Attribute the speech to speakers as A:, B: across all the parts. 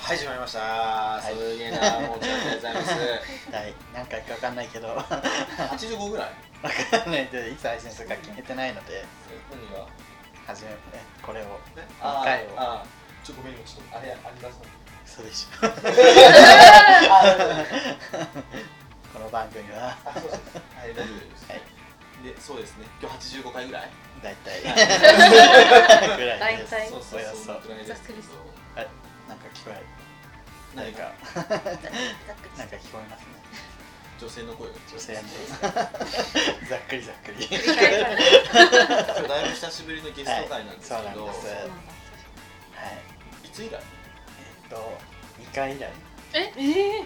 A: はい始まりました
B: い
A: すげえなもうちゃんでございます
B: はい、何回か分かんないけど 分か
A: 85ぐらい
B: んないでいつ配信するか決めてないので
A: 何が
B: 始めえこれを
A: え
B: 一回を
A: あーちょっとごめんよちょっとあれあります
B: 嘘でしょ この番組は
A: あそうで すはい大丈夫です、
B: はい
A: でそうですね今日85回ぐらい
B: 大 体ぐらい
C: 大
B: です
C: 体はい
A: そうそう
B: およそ
A: そうぐらいで
C: ざっくりそ
B: なんか聞こえ
A: 何
B: 何
A: か
B: か
C: ざっくり
B: なんか聞こえますね
A: 女性の声を
B: 女性の ざっくりざっくり
C: 繰り返されて
A: 今日だいぶ久しぶりのゲスト会なんですけど、
B: はいそうなんです
C: そうなんだ
B: はい
A: いつ以来
B: えっと2回以来
C: ええ
A: 見返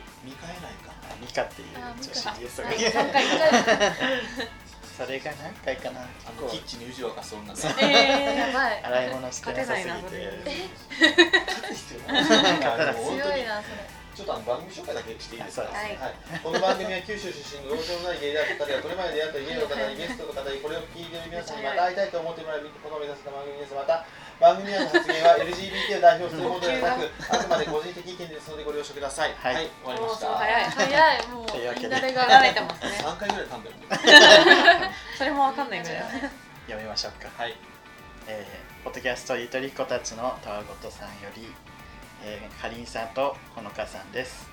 A: らないか
B: あミカっていう
C: あミ
B: 女
C: カ
B: 子ゲストが
C: はい三回一回
B: それが何回かな
A: あの
B: 結構
A: キッチンに宇治沸かす女ね勝
C: ー、えー、やばい
B: 洗い物してなさすぎ
C: 勝てないなそ
B: て
C: れ
A: つ必要 ないなんかあの本当
C: 強
A: に
C: いなそれ
A: ちょっとあの番組紹介だけしていいですか。
B: はい
C: そうです
A: はいこの番組は九州出身のどうしようもない芸大の方やこれまで出会った芸の方にゲストの方にこれを聞いている皆さんにまた会いたいと思ってもらうことを目指した番組です。また番組内の発言は LGBT を代表するものではなく、あくまで個人的意見ですのでご了承ください。
B: はい
A: 終わりま
C: もう
A: し
C: そう
A: た。
C: 早い早いも
B: というわけ
C: う
B: で
C: みんなでが慣れてますね
A: 三回ぐらい噛んだよね。
C: それもわかんないぐらい
B: じゃあ読みましょうか
A: はい。
B: えーポッドキャストゆとりっ子たちのたわごとさんより、えー、かりんさんとほのかさんです。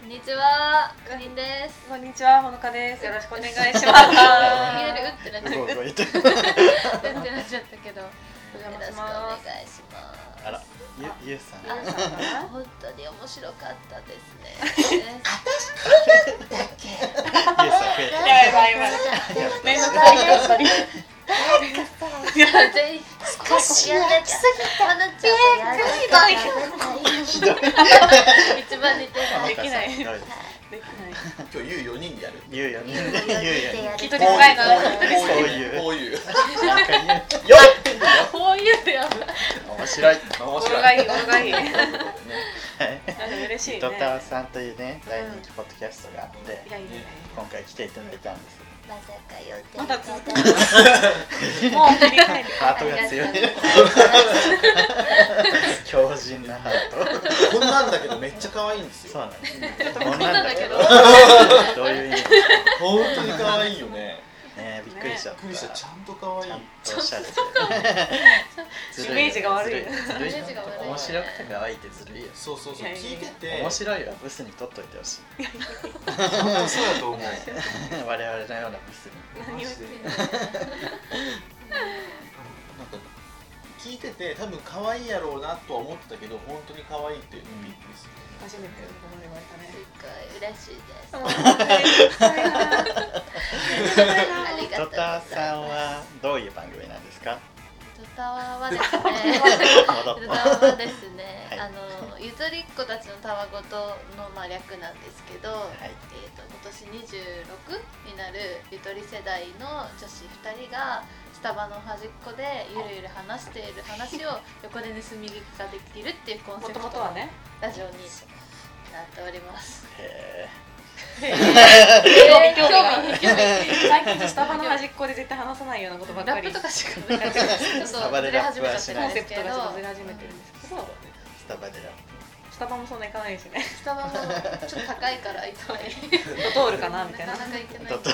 D: こんにちは、かりんです。
C: こんにちはほのかですよろしくお願いします
D: いきなりう
C: は
D: ってなっ
B: う
D: ちゃ
B: ご
D: っ
B: うご言って。
D: た。うってなっちゃったけど。よ
C: お邪
D: ろし
C: 魔し
D: くお願
C: ま
D: いします。
B: あら、ゆゆうさん。
C: すあ
D: 本当に面白かったですね。
B: ゆうさん増え
C: やばいやばいやばい
B: た。や
C: 面倒くさいよそれ
D: ぜひ少しやれすぎたのちゃん。
C: でかい
B: ひどい。
D: 一番似てる。
B: ほの
C: で
B: か
C: き
B: さ
C: なんい
B: ひどい。
C: できない
A: 今日ゆう四人でやる。
B: ゆうよね。ゆうよね。
C: 聞き取りづらいな
A: こういう。
B: こ
A: こういう。
B: なんかゆう
A: よ
C: こういうのやばい
B: 面白い。
A: っ。面
C: こ
A: 白
C: れ
A: い。
C: がいいこれがいい
A: という
C: なんか
A: ことでね
C: 嬉しいね
B: とたわさんというね、大人気ポッドキャストがあって、
C: いやいいね
B: 今回来ていただいたんです。
D: まさか予定
C: まだ続くもう振り返る
B: ハートが強い。強靭なハート。
A: こんなんだけどめっちゃ可愛いんです
B: そう
A: よ。
B: なんです。
A: うん
B: こん
C: な
B: なん
C: だけど
B: どういう意味
A: 本当に可愛いよね。
B: ねびっくりしちゃ
A: びったく
B: っ。
A: りした。ちゃんと可愛い
B: ちゃん。とおしゃれでずる
C: イメージが悪い
B: ずるいずるい
D: イメージが悪い
B: 面白くて可愛いってずるいよ
A: そうそうそう。
C: いやいやい
A: 聞い
C: や
A: てて。
B: 面白いはブスに取っといてほしい
A: 本当そうだと思う。
B: 我々のようなブスに
A: マジで。なんか聞いてて多分可愛いやろうなとは思ってたけど本当に可愛いってびっくりする。
C: 初めてここまで言われたね
D: すっごい嬉しいです。ありがと
B: ト
D: うご
B: タ
D: ざいます。
B: さんはどういう番組なんですか
D: ドタワはですね
B: 戻
D: ド
B: っ
D: タワはですね、
B: はい
D: あのゆとりっ子たちのたわごとのまあ略なんですけど、
B: い
D: えー、と今年26になるゆとり世代の女子2人がスタバの端っこでゆるゆる話している話を横で盗み聞きができるっていうコン
C: も
D: セプ
C: と
D: トの
C: もとはね
D: ラジオになっており ます。
B: へ
C: 興味興味
D: 興味
C: 最近スタバの端っこで絶対話さないようなことばっか
D: ラッ
C: り
D: プとかしか
C: なんかコ
D: ちょっとずれ始めちゃってるん
C: ン
D: で
C: セ
D: す
C: プ
D: け
C: ト
D: ど
C: がちょっとずれ始めてるんですけど
B: ースタバでラ
C: スタバもそんな行かないしね
D: スタバもちょっと高いから行かない
C: ドトールかなみたいな
D: なかなか行けない
B: トト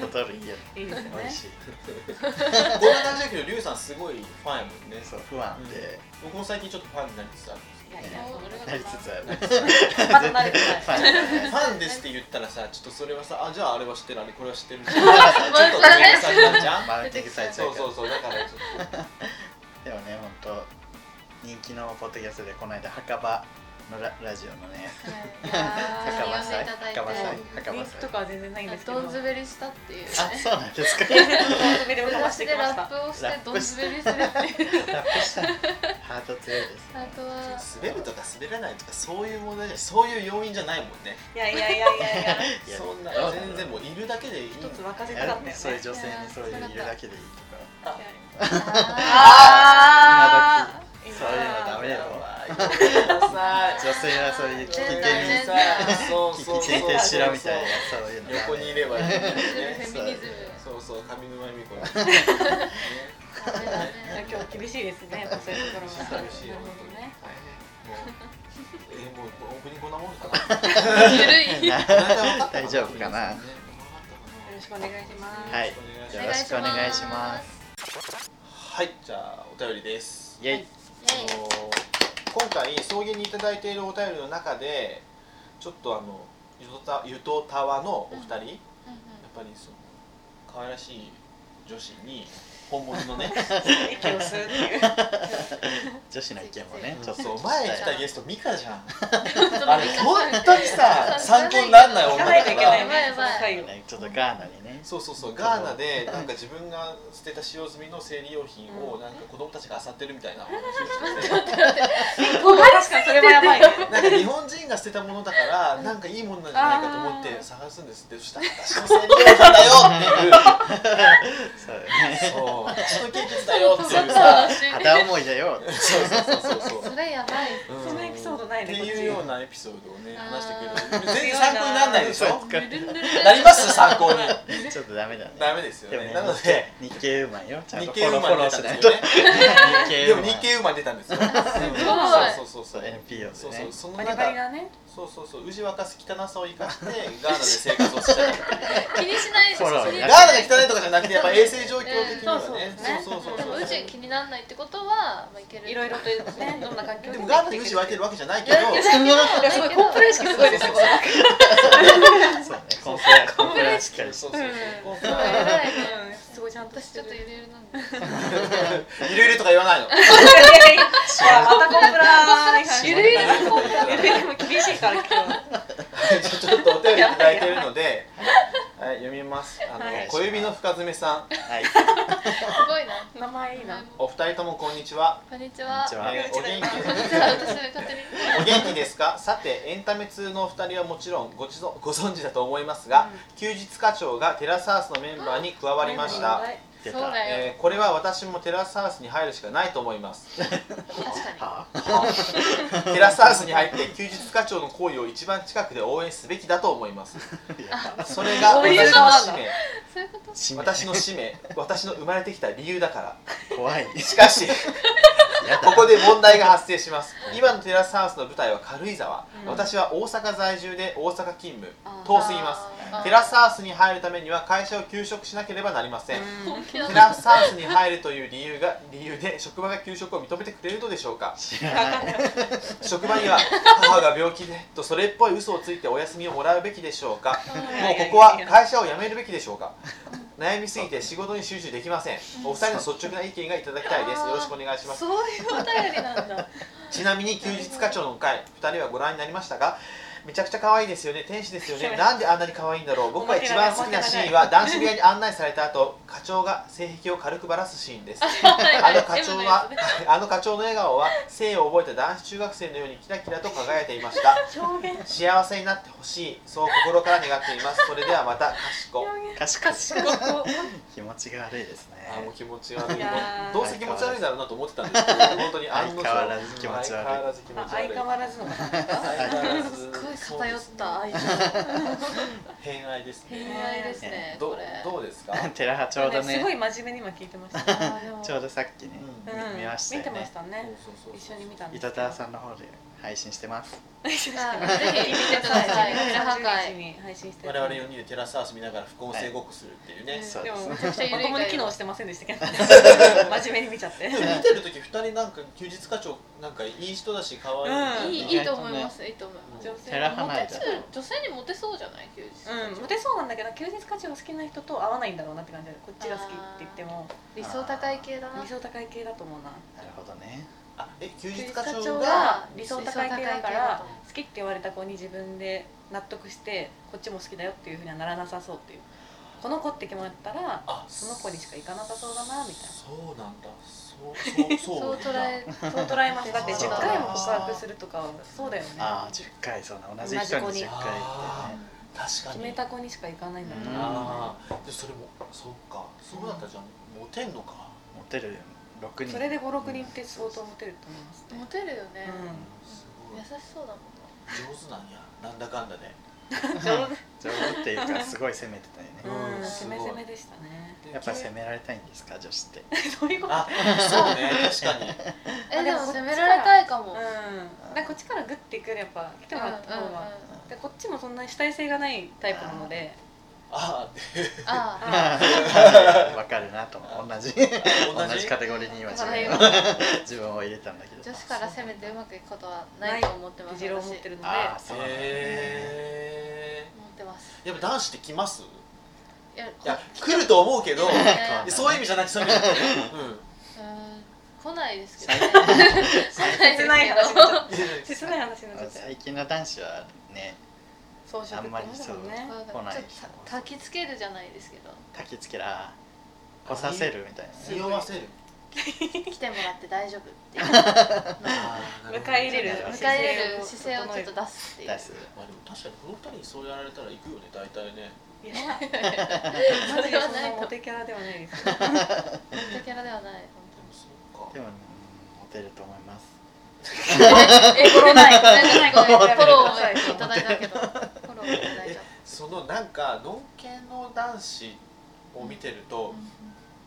B: トトルいいよ
C: いいですよ
B: 美
C: ね
B: 味しい
A: こんな感じだけどリュウさんすごいファンやもんね。
B: そう不安で
A: 僕も最近ちょっとファンになりつつあるんです
C: いやいやそれは
B: なりつつある
C: まだ慣れてない
B: ファン
A: よ。ファンですって言ったらさちょっとそれはさあじゃああれは知ってるあれこれは知ってる。ちょっとお客さんになっちゃう。
B: マウンティングされちゃ
A: そうう
B: か
A: そ
B: ら
A: うそうだからちょっと。
B: でもね、本当人気のポッドキャストでこの間墓場のララジオのね
C: いや
B: 墓場
D: 呼んで
B: 祭
D: いただいて
B: 墓場祭墓
C: リ
B: 場
C: ンク
B: 祭
C: とかは全然ないんですけど
D: どんずべりしたっていうね
B: あ、そうなんですか
C: ドンズベでもかまし
D: 私
C: て
D: で
C: きま
D: ラッ
C: した
D: プをしてどんずべりするっていう
B: ラップしたハート強いです
D: あ
B: ね
D: とは
A: 滑るとか滑らないとかそういう問題じゃないそういう要因じゃないもんね。
C: いやいやいやいやいや
B: いや
A: そんな
B: どうだろう
A: 全然もういるだけでいい。
C: 一つ任せたか
B: や
C: ったよね
B: そういう女性にそういういるだけでいいとか
C: あー
B: そういうのダメよ女性はそういう聞き手
D: ジェン
B: に
D: ダー
A: そう
B: 聞
A: そう
B: き手手しろみたいなそういうのダメ
A: 横にいればいいのにね
D: フェミニズ
A: そう
D: ム
A: そう上沼恵美子の
D: ダメだね
C: 今日厳しいですね、そういうところは。
A: 寂しいよ本当に
C: なるほど
A: も
C: ね。
A: えもうオープニングこんなもんかな
D: ゆるい
B: 大丈夫かな
A: よ
C: ろしくお願いします。
B: は
A: ろ
B: い
A: しくお願いしま
B: よろ
A: す
B: しくお願いします
A: はいじゃあお便りです
B: イェイ
D: イ
A: あの今回送迎にいただいているお便りの中でちょっとあのゆとたゆとたわのお二人、やっ
D: うんうん
A: ぱりその可愛らしい女子に本物のね
C: 息を吸うっていう。
B: 女子の意見もね
A: うん
B: ちょっと
A: そう
B: 聞
A: 前
B: き
A: 来
B: たい
A: たゲストミカじゃん
D: ちょっと
A: あれ本当にさ参考にならない女
C: 聞か
A: だ
C: な
A: か
C: いといけ
A: ら
C: ない
D: や
C: ね。
D: ばいやばい
C: その回を
B: ねちょっとガーナにね
A: そうそうそうガーナでなんか自分が捨てた使用済みの生理用品を
C: うん
A: なんか子供たちが漁ってるみたいな話をしてて
C: 確かにそれはやばいね。
A: なんか日本人が捨てたものだからなんかいいものなんじゃないかと思って探すんですってそしたら私の生理用品だよっていう
B: そうよね
A: そう私の経験だよっていうさ
D: 楽しい
B: 片思いだよ
A: そう そうそうそうそう
D: それやばい
A: うん
C: そんなエピソードないね
A: っていうようなエピソードをね
D: あー
A: 話してくれる全然参考にならないでしょ
B: そっか
D: ぬるぬる
A: なります参考に
B: ちょっとダメだね
A: ダメですよ
B: でも
A: ね
B: ね
A: なの で
B: 日系ウーマンよちゃん
A: 日
B: とフ
A: 系
B: ォ
A: ウ
B: ロ
A: ー
B: ーフ
A: マ
B: ォ
A: ン
B: ロ
A: 出
B: ー
A: た
B: し
A: ん
B: な
A: ですよ
B: いと
A: ね
B: 日系
A: で
B: ウ
A: も
B: ーマン
A: 日系ウーマン出たんですよそうそうそうそ
B: そうう NPO
A: そう
B: で
A: そ
B: ね
A: うその
C: バ
A: 中
C: リバリがね。
A: そうそうそう宇治若す汚さを生かしてガーナで生活を したいっていう
D: 気にしないし
B: フォロー
D: 気にし
A: ガーナ
D: ない
A: が汚いとかじゃなくてやっぱ衛生状況的にはね
C: うん
A: そうそうそう
D: でも
A: そう
D: 宇
A: そう
D: 宙気にならないってことは、まあ、いける
C: いろいろとね、どんな環境
A: で
C: で
A: もガーナで宇治湧いてるわけじゃないけど
C: い やすごいコンプラ意識すごいですよ。この中
B: そうねコンプラコンプラしっかり
A: そうそう
C: うん
A: そう
D: やば いね
C: うんすごいちゃんとして
D: ちょっ
C: る。
D: とゆるゆるなんで
A: ゆるゆるとか言わないの
C: いやまたコンプラ
D: ゆるゆる
C: でも厳しいから今日
A: ちょっとお便りいただいてるので、はい、読みます。あの、
C: はい
A: 小指の深爪さん、
B: はい
D: すごいな
C: 名前いいな。
A: お二人ともこんにちは。
D: こんにち
B: こん
D: は
B: にちは
A: えーお元
D: こんに
A: 気
D: ちは私の勝手に
A: お元気ですか。さて、エンタメ通のお二人はもちろんご知ぞご存知だと思いますが、休日課長がテラサウスのメンバーに加わりました。
B: 出
D: そう
B: た
D: だよ、
A: えーこれは私もテラサウスに入るしかないと思います。
D: 確かに
B: は
A: テラサウスに入って休日課長の行為を一番近くで応援すべきだと思います。
B: いや
A: それが
C: 応援
A: 私
C: した
A: の
C: ん
A: 使命、
D: そ
C: だ
D: ういうこと
B: 使命
A: 私の使命、私の生まれてきた理由だから。
B: 怖い
A: しかし。
B: やだ
A: ここで問題が発生します今のテラスハウスの舞台は軽井沢、
C: うん
A: 私は大阪在住で大阪勤務
C: あー
A: 遠すぎます
D: あー
A: テラスハウスに入るためには会社を休職しなければなりません、
D: 本気だ
A: テラスハウスに入るという理由が理由で職場が休職を認めてくれるのでしょうか
B: 知らない
A: 職場には母が病気でとそれっぽい嘘をついてお休みをもらうべきでしょうかもうここは会社を辞めるべきでしょうか悩みすぎて仕事に集中できませんお二人の率直な意見がいただきたいですよろしくお願いします
D: そういうお便りなんだ
A: ちなみに休日課長の回2人はご覧になりましたがめちゃくちゃ可愛いですよね天使ですよ ねなんであんなに可愛いんだろう僕が一番好きなシーンは男子部屋に案内された後課長が性癖を軽くばらすシーンです あの課長は あの課長の笑顔は性を覚えた男子中学生のようにキラキラと輝いていま した
C: 表現
A: 幸せになってほしいそう心から願っていますそれではまたかしこ
B: かしこし気持ちが悪いですね
A: あーもう気持ち悪い
C: いやー
A: どうせ気持ち悪いだろうなと思ってたんですけど本当に案の定
B: 相変わらず気持ち悪
A: 相
B: い
A: 変わらず気持ち悪い
C: 相変わらずの
A: 相変わらず
D: すごい偏った愛情
A: 偏愛です
D: 恋
A: ね。
D: 愛ですね
A: ど
D: こ
A: う
D: れ
A: どうですか？
B: 寺派ちょうど
C: すご
B: ね
C: い真面目に今聞いてました。
D: あーでも
B: ちょうどさっきね
A: う
C: うん
B: 見ましたよ
C: 見てま
B: ね
C: したね。
A: そうそうそう
C: 一緒に見たんで
B: 伊
C: すけ
B: 田
C: ど。
B: 田さんの方で配信してます
D: あーぜひ見てくださいテラハ会
C: に配信して
A: 我々4人でテラスハウス見ながら副音声ごっこするっていうね。
B: そう
C: で
B: で
C: も
B: す
C: め
B: ね
C: ちゃくちゃまともに機能してません でしたけど真面目に見ちゃって
A: でも見てる時二人なんか休日課長なんかいい人だし可愛い。
D: いいいいと思いますいいと思います
C: 女性
B: 寺派
D: モ
B: ない
D: テ
B: だ
D: そう女性にモテそうじゃない休日
C: うんモテそうなんだけど休日課長が好きな人と合わないんだろうなって感じでこっちが好きって言っても
D: 理想高い系だな
C: 理想高い系だと思うな
B: なるほどね
A: あえ休日
D: 休日
A: 課
D: 課
A: 長
D: 長
A: が
D: が
C: 理想高い系だから好きって言われた子に自分で納得してこっちも好きだよっていうふうにはならなさそうっていうこの子って決まったら
A: あ
C: その子にしか行かなさそうだなみたいな
A: そうなんだ。そうそ う
D: そ
A: そうう
D: 捉え
C: そう捉えますだって
A: そう
C: 10
A: だ
C: 回も告白するとかはそうだよね
B: ああ10回そうな同じ人に
C: 同じ子に
B: 10回って
A: 確
B: ね
A: か
C: 決
A: に。
C: めた子にしか行かないんだ
B: うん
A: ああでそれもそっかそうだったじゃんモテんのか。
B: モテる6人
C: それで56人って相当モテると思いますね
D: モテるよね
C: うん
A: す
D: 優しそうだもん
A: ごい上手なんやなんだかんだで。
D: な
C: 上手
B: 上手っていうかすごい攻めてたよね
C: うん
A: うんすご
C: 攻
A: い
C: め攻めでしたね
B: やっぱ攻
A: め
B: められたいんですか女子って
C: そういうこと
A: あそうね確かに
D: えでも
C: でも
D: 責められたいかも、
C: うんなんかこっちからグッてくるやっぱ来てもらった方が、
D: うんうんうん
C: でこっちもそんなに主体性がないタイプなので
A: あ
D: ああ
C: あ
B: わかるなと思う同じ
A: 同じ
B: 同じカテゴリーに今自
C: だか
B: 分
C: ら今
B: を 自分を入れたんだけど
D: 女子から攻めてうまくいくことはないと思ってます
C: 議事論を持ってるので
B: ああそうなんだよね
A: へ
D: 私思ってます
A: えやっぱ男子って来ます
D: いや
A: いや来ると思うけど
D: いやいや
B: ね
A: そういう意味じゃなくてそういう意味じゃなくてうん
D: うん来ないですけどね来ないですけ
C: 切
D: ど
C: ない話になっちゃった切ない話になっちゃった
B: 最近の男子はね
C: 装飾ってことだもん
B: あ
C: ね
B: んまり
D: こう
B: 来ない
D: ちょっとた焚きつけるじゃないですけど
B: 焚きつけら来させるみたいなね
A: 匂わせる
D: 来てもらって大丈夫っ ていう
A: あーなるほど
C: 迎え入れる
D: 迎え
C: 姿
D: 入
C: 勢
D: れ
C: を
D: る姿勢をちょっと出すっていう
B: 出す
A: まあでも確かにこの二人にそうやられたら行くよね大体ね
C: いやマジで
D: それは
C: そん
D: ない
C: な
D: と
C: モ
D: 思
C: テキャラではないですよ
D: ったキャラではない
A: でもそう
B: で
A: か
B: もうんモテると思います
D: え、フォローないフ
C: ないごめんなさい
D: ォローをいただいたけどフォローいただいた
A: そのなんかのんけの男子を見てると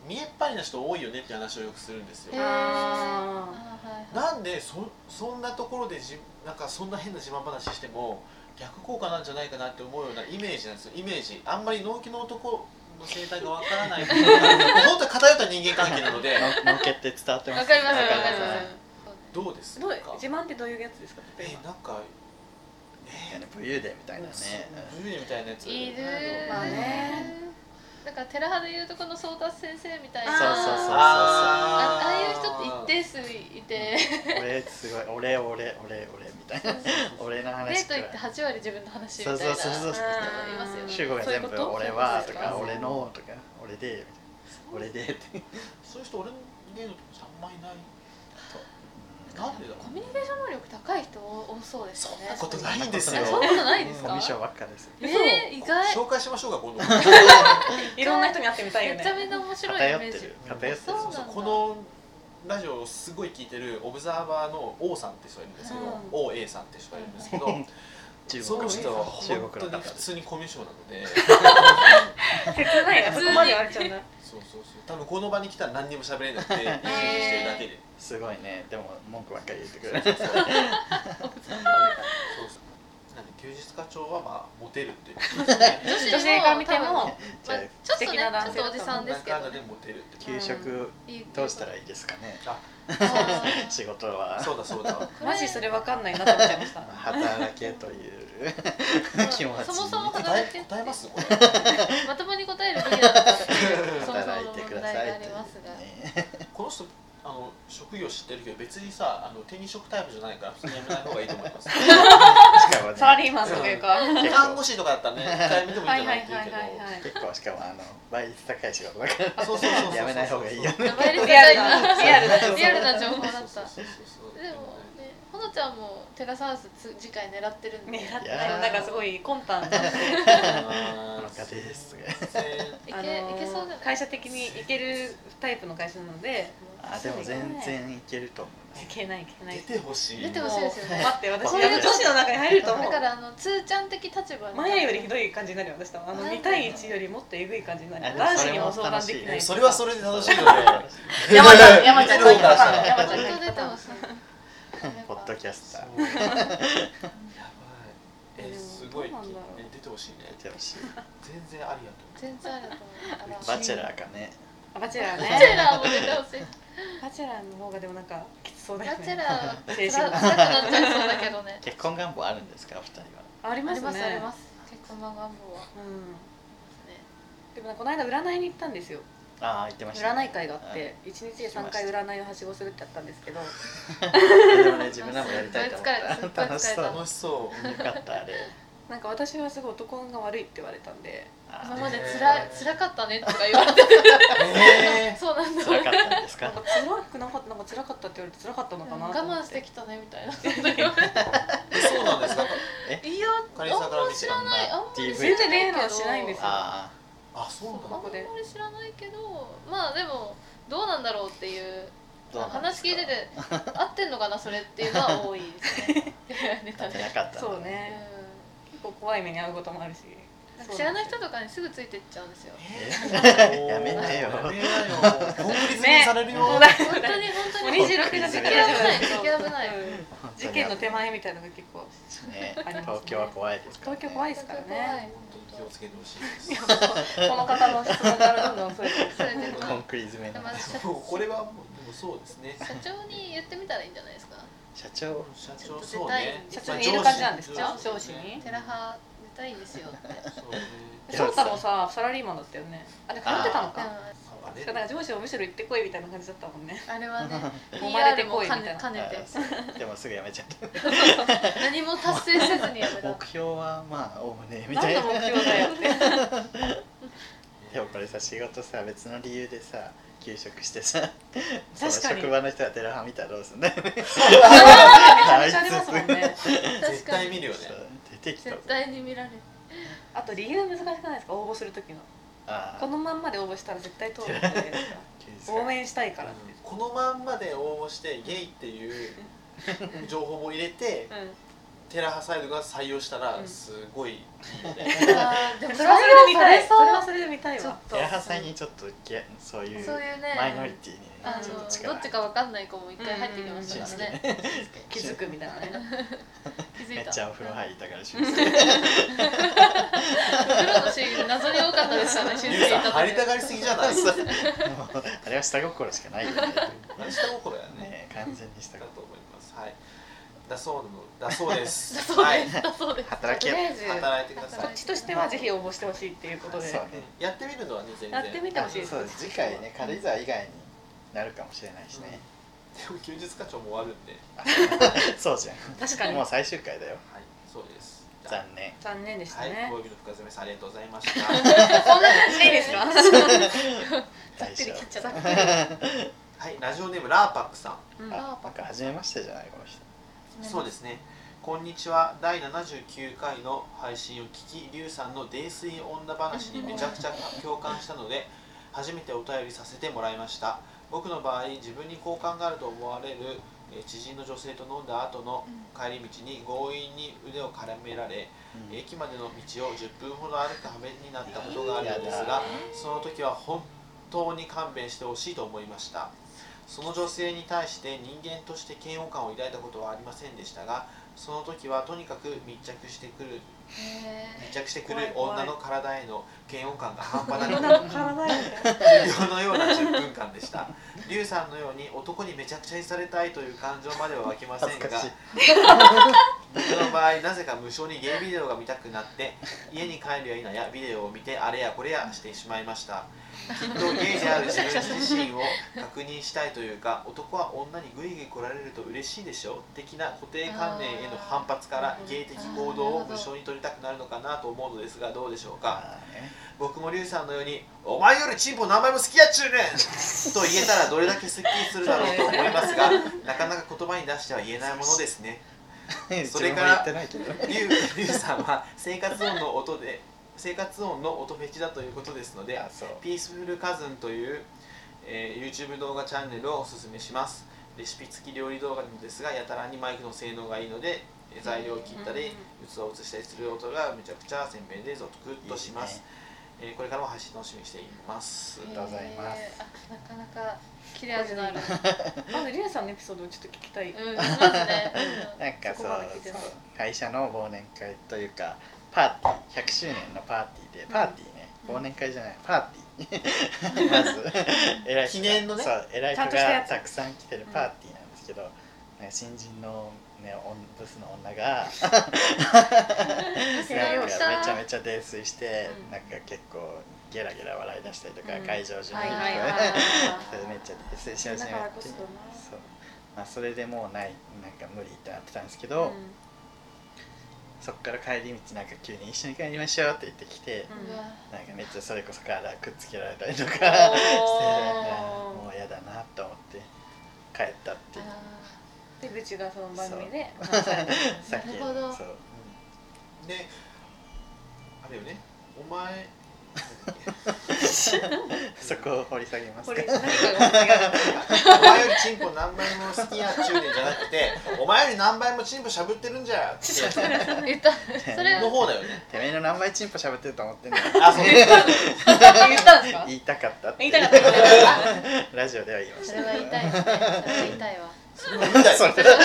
D: う
A: 見えっ張りな人多いよねって話をよくするんですよ
D: へーん
C: あ
D: あーはいはい
A: なんでそそんなところでじなんかそんな変な自慢話しても逆効果なんじゃないかなって思うようなイメージなんですよイメージあんまり納期の男の生態がわから ない本当に偏った人間関係なので
B: ののけって伝わってます
D: わかります
C: わかります
B: わかりま
A: どうです
C: ー
A: か
C: どう自慢ってどういうやつですか
A: え
C: 例えば
A: なんか
B: すなんかね武勇伝みたいなね
A: ブーみたいなやつ
D: いる
C: まあね
D: なんか寺派で言うとこの相達先生みたい
B: そ
D: な
B: うそうそうそう
D: あああいう
A: あ
D: 人って一定数いて
B: 俺すごい俺俺俺俺みたいな俺の
D: デ
B: 話
D: ー
B: く
D: ト
B: ら
D: 行って
B: い
D: 8割自分の話みた
B: そ
D: いうな
B: そうそうそう
D: いますよね
B: 主語が全部
C: そういうこと
B: 俺は
C: そ
B: と
C: ういうことで
B: か
C: すか
B: 俺のとか俺でみたいな俺でって
A: そういう人俺の芸能とかあんまいないなんでだろ
D: コミュニケーション能力高い人多そうですよね
A: そんなことないんです
D: あ
A: よ
D: そんなことないんです
B: コ
D: か
B: ミュ障ばっかです
D: えー、意外
A: 紹介しましょうか今度
C: いろんな人に会ってみたいよ
D: めちゃ
C: ね
D: めちゃ面白いイ
B: 偏っ
D: メ
B: て
D: ージ
B: る偏ってる
D: そうなんだ
A: このラジオをすごい聞いてるオブザーバーの王さんって人がいるんですけど、王 A さんって人がいるんですけど
B: 中
A: そ
B: 国
A: の
B: の
A: 人は
B: 中
A: 本
B: 国
A: 当
B: の
A: に
B: 方で
A: 普
B: す
A: 通にコミュ障なので
C: 切ないなそこまで言われちゃうんだ
A: そうそうそう多分この場に来たら何にも喋れなくてイメージしてるだけで。
B: すごいねでも文句ばっかり言ってくる
A: そうそうなんで休日課長はまあモテるっていう
D: 女子
C: 女性から見ても、
D: まあ
B: じゃあ
D: ちょっと
C: 素敵
D: ね
C: な男
D: ちょ
C: 性
D: っとおじさんですけど
A: なんだかんだで
D: ね
A: モテるって
B: 給食
D: いい
B: どうしたらいいですかね
A: あ
D: あー
B: 仕事は
A: そうだそうだ
C: マジそれわかんないなと思っちゃい ました
B: まあ働けという気持ち
D: そもそも
A: 答
D: 働
A: え
D: いてって
A: 答えますこれ
D: まともに答えるべきだったっ ていうそもそ
B: 働い
D: も
B: て
D: の
B: く
D: 問
B: だ
D: 題
B: さ
D: が
B: いと
D: あ
B: い
D: り
B: う
D: ますが
B: ね
A: この人あの職業知ってるけど別にさあの手に職タイプじゃないから普通にやめない方がいいと思い ます
B: しかもね
C: サラリーマンというかはい
B: 結
A: 看
B: 構
A: 護師とかだったらね控えめでもいい
C: は
A: ん
C: い
A: じゃな
C: は
A: っ
C: いい
A: て言う
C: はい
A: けど
C: はい
B: 結構しかもあの倍率高い仕事だから
A: あそうそうそうそう
B: やめない方がいいよね
D: 倍率
C: リアル
D: 高い
C: なリアルな情報
D: リアルな情報だった
A: そうそうそうそう
D: で もねほのちゃんもテラサウスつ次回狙ってるんで
C: 狙って
B: いやー
C: なんかすごい魂胆な
A: あ
B: 田
A: ー
B: 中です
A: 全
D: いけ,、
C: あのー
D: いけそうじゃない
C: 会社的にいけるタイプの会社なので
B: あでも全然いけると思いま
C: い
B: す
C: けないいけない
A: 出てほしい
D: 出てほしいですよね
C: 待って私多分女子の中に入れると思
D: だ
C: う
D: からあのつーちゃん的立場に
C: マヤよりひどい感じになるよ私多分あの2対1よりもっとえぐい感じにな
B: あ
C: る
B: でも
C: 男
B: そ
C: 子
B: れ
C: に
B: も楽しい
C: も相談できない
A: それはそれで楽しいので
C: 山ちゃん山ちゃん
A: 見てる方からしたら
C: 山ちゃん
D: 本当出てほしい
B: ポッドキャスター
A: やばいえ
C: でも
A: すごい
C: どうなんだろう
A: え出てほしいね
B: 見てほしい
A: 全然ありやと思う
D: 全然あると思うあら
B: バチェラーかね
C: あバチェラー
D: バチェ
C: ね
D: ラーも出てほしい
C: バチェラーの方がでもなんかきつそうだよ
D: バチェラ
C: ね
D: ーは
C: 精
D: 辛
C: 神
D: 辛くなっちゃいそうだけどね
B: 結婚願望あるんですかお二人は
C: あり
D: あ
C: ま
D: り
C: す
D: ますあり
C: ね
D: ます結婚の願望は
C: うん
D: ね
C: でもなんかこの間占いに行ったんですよ
B: ああ言ってましたね
C: 占い会があって一日で3回占いをはしごするってやったんですけど
B: うんでもね自分らもやりたいと思
D: すっごい疲れ
B: った
D: た
B: 楽しそうよ
A: 楽しそう
B: かったあれ
C: なんか私はすごい男運が悪いって言われたんで
D: 今
B: あ
D: まで辛い辛かったねとか言われて
A: え
D: そうなんだ
B: つらかったんです
C: なん
B: か
C: か辛くなかったなんか辛かったって言われて辛かったのかなと思
D: 我
C: って
D: 慢してきたねみたいなそんな言われて
A: ーそうなんですか
D: いや
A: カリンさんから見
D: あんま
A: て
D: 知らないあんまり
C: 全然恋
D: けど
C: 愛はしないんですよ
B: あ
A: あそうなん
D: あ
A: だ
D: んまり知らないけどまあでもどうなんだろうっていう
B: あどうなんです
D: 話
B: か
D: 聞いてて合ってんのかなそれっていうのは多いですねネ
B: な
D: タ
B: ん
D: で
B: てなかった
C: そうね
D: う
C: 構怖い目に遭うこともあるし
D: なんか知らない人とかにすぐついてっちゃうんです よ
B: えやめ
A: や め
B: てよ
A: なよどんぶり詰めされるよ、
C: そうだ
D: 本当に本当に
C: も
D: も
C: う
D: う
C: 26じゃ
D: 敵危
C: 絶
D: ない
C: 対大丈
D: 敵
C: 夫だよ
D: 危ない
B: 本当に
C: 事件の手前みたいなのが結構
B: ね
C: ありますね
B: 東京は怖いですから、ね、
C: 東京怖い
D: で
C: ですからね
A: 気をつけてほしいです
C: この方の質問からどんどんそれて
D: それでも
B: コンクリ詰め
D: で
B: の
D: も社
A: もうこれはもうでもそうですね
D: 社長に言ってみたらいいんじゃないですか
B: 社長
A: 社長そうね
C: 社長に言える感じなんですか上司に
D: テラハ出たいんですよって
A: そうね
C: 翔太もさサラリーマンだったよねあれ通ってたのか
D: う
A: あれ
C: だから上司をむしろ行ってこいみたいな感じだったもんね
D: んあれはね
C: 揉まれて
D: PR も
C: こいみた
D: 兼
C: いな
D: ね兼ねて
B: でもすぐやめちゃった
D: 何も達成せずにやめ た
B: 目標はまあおおむねみた
C: 何
B: いな
C: の目標だよって
B: でもこれさ仕事さ別の理由でさ休職してさその
C: 確かに
B: 職場の人がデラハ見たらどうすんだよね
C: め ちゃめちゃありますもんね
A: 絶対見るよね
B: そう出てきた
D: 絶対に見られる
C: あと理由難しくないですか応募する時の
B: ああ
C: このまんまで応募したら絶対通るじゃないですか応援したいからって
A: このまんまで応募してゲイっていう情報も入れてテラハサイドが採用したらすごいいいよね、
D: あーで
C: う
D: も
C: んそれはそれで見たい
D: は
C: それはそれで見たい
D: ちょ
C: わ
D: っと
B: デラハさんにちょっとげそういう
D: そういうね
B: マイノリティにね
D: あ
B: ちょっと
D: の
B: 力
D: どっちかわかんない子も一回入ってきましたからね
C: 気づくみたいなね
D: 気づい
B: めったちゃお風呂入りたからし
D: お風呂のシーン謎に多かったですよね修
A: リュウ
D: 正
A: さん
D: い
A: 張り
D: た
A: た
D: 時
A: がりすぎじゃない
B: あれは下心しかないよね
A: 何した心やね
B: ね完全に下
A: だ
B: 心
A: と思いますはいだそうのだそうです
D: だそう
A: は
D: で
A: い
D: すだそうです
B: 働
C: とり
B: け
C: あえずこ
A: 働いてください
C: っちとしてはぜひ応募してほしいっていうことで
B: そう
C: や
B: ね
A: やってみるのはね全然
C: ってみてほしいです
B: そうです次回ね軽井沢以外になるかもしれないしね、
A: でも休日課長も終わるんで
B: そうじゃん
C: 確かに
B: もう最終回だよ
A: はいそうです
B: 残念
C: 残念でした
A: はい
C: ね
A: ご曜日の深爪さんありがとうございました
C: そんな感じでいいですか
D: ざっくり切っちゃった
A: はいラジオネームラーパックさん
C: うん
B: あなんか初めましてじゃないこの人
A: そうですね。こんにちは。第79回の配信を聞き、リュウさんの泥酔女話にめちゃくちゃ共感したので、初めてお便りさせてもらいました。僕の場合、自分に好感があると思われるえー知人の女性と飲んだ後の帰り道に強引に腕を絡められ、
B: うん
A: 駅までの道を10分ほど歩く羽目になったことがあるんですがその時は本当に勘弁してほしいと思いましたその女性に対して人間として嫌悪感を抱いたことはありませんでしたがその時はとにかく密着してくる
D: へ
A: 密着してく
C: 怖い
A: る
C: 怖い
A: 女の体への嫌悪感が半端な
C: み
A: く
C: んなの体やね
A: 無料のような10分間でしたリュウさんのように男にめちゃくちゃにされたいという感情までは湧きません
B: 恥ずか
A: が
B: しい
A: 僕の場合なぜか無償にゲイビデオが見たくなって家に帰るや否やビデオを見てあれやこれやしてしまいましたきっとゲイである自分自身を確認したいというか男は女にグイグイ来られると嬉しいでしょ的な固定観念への反発からゲイ的行動を無償に取りたくなるのかなと思うのですがどうでしょうか
B: まあね
A: 僕もリュウさんのように「お前よりチンポ何倍も好きやっちゅうねん!」と言えたらどれだけすっきりするだろうと思いますがなかなか言葉に出しては言えないものですねそれから
B: 自分も言ってないけど
A: リュウリュウさんは生活音の音で生活音の音フェチだということですので
B: あそう
A: ピースフルカズンという、えー YouTube 動画チャンネルをおすすめしますレシピ付き料理動画なのですがやたらにマイクの性能がいいのでえー材料を切ったり器を移したりする音がめちゃくちゃ鮮明でゾクッとします
B: いいね
A: えーこれからも配信楽しみにしています
D: ー
B: りがとうございます
D: へーあなかなか切れ味のある
C: まずリュウさんのエピソードをちょっと聞きたい
D: うんそうですね
B: なんか
C: そ
B: そ
C: こ
B: う
C: まで聞いてない
B: そう会社の忘年会というかパーティー100周年のパーティーでパーティーね、
D: うん
B: 忘年会じゃないパーティーまず 偉い
A: 記
B: 人が
A: 念のね
B: そう偉い
C: ちゃん
B: 人
C: としたや
B: が
C: つ
B: たくさん来てるパーティーなんですけど、なんか新人の、ね、おんブスの女 がなんか
D: うん
B: め
D: し
B: ち
D: た
B: ゃめちゃ泥酔して、
C: うん
B: なんか結構ゲラゲラ笑い出したりとか、
C: うん
B: 会場中に、
C: はい
D: はい
C: はい
B: それ めっちゃ泥酔し始めて
C: だからこそだな
B: そう、まあ、それでもうないなんか無理ってなってたんですけ
C: う
B: ど、
C: ん
B: そっから帰り道なんか急に一緒に帰りましょうって言ってきて、
C: うん
D: うわ
B: なんかめっちゃそれこそ体くっつけられたりとかして
C: おー
B: もうやだなと思って帰ったっていう
D: あ
C: でブチがその番組で
B: さっき
D: なるほど
B: そう
A: であれよねお前
B: そこを掘り下げます
C: こ
B: か
C: れ何かが違う
A: お前よりチンポ何倍も好きやっちゅうねんじゃなくてお前より何倍もチンポしゃぶってるんじゃって
D: 言ったそれ
A: の
D: を
A: 方だよね
B: てめえの何倍チンポ喋ってると思ってんの
A: あそう
C: 言ったんですか
B: 言いたかったって
C: 言いたかったこ と
B: ラジオでは言いまし
D: そ
B: た
D: れは言いたいですねそれは言いたいわ
A: それは言いたい
B: そ
A: そ
B: れ
A: れ
B: は
A: は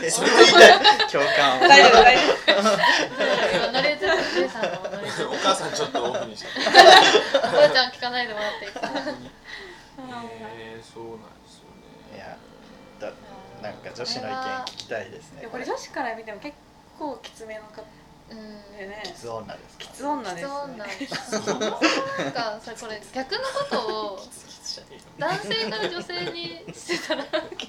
A: 言いたい
B: 共感を
C: 大丈夫大丈夫
D: 今乗れてるお姉さんの乗れてる
A: お母さんちょっとオフにして
D: おばあちゃん聞かないでもらっていいですか
A: えー、そうなんですよね
B: いやだなんか女子の意見聞きたいです
C: い
B: ね
C: やこれ女子から見ても結構きつめの方
D: うん
C: でね
B: キツ女ですか
C: きつ女です
D: 質
C: よ
D: 問
C: ね
D: なんなんかさこれ逆のことを男性から女性にしてたら
A: き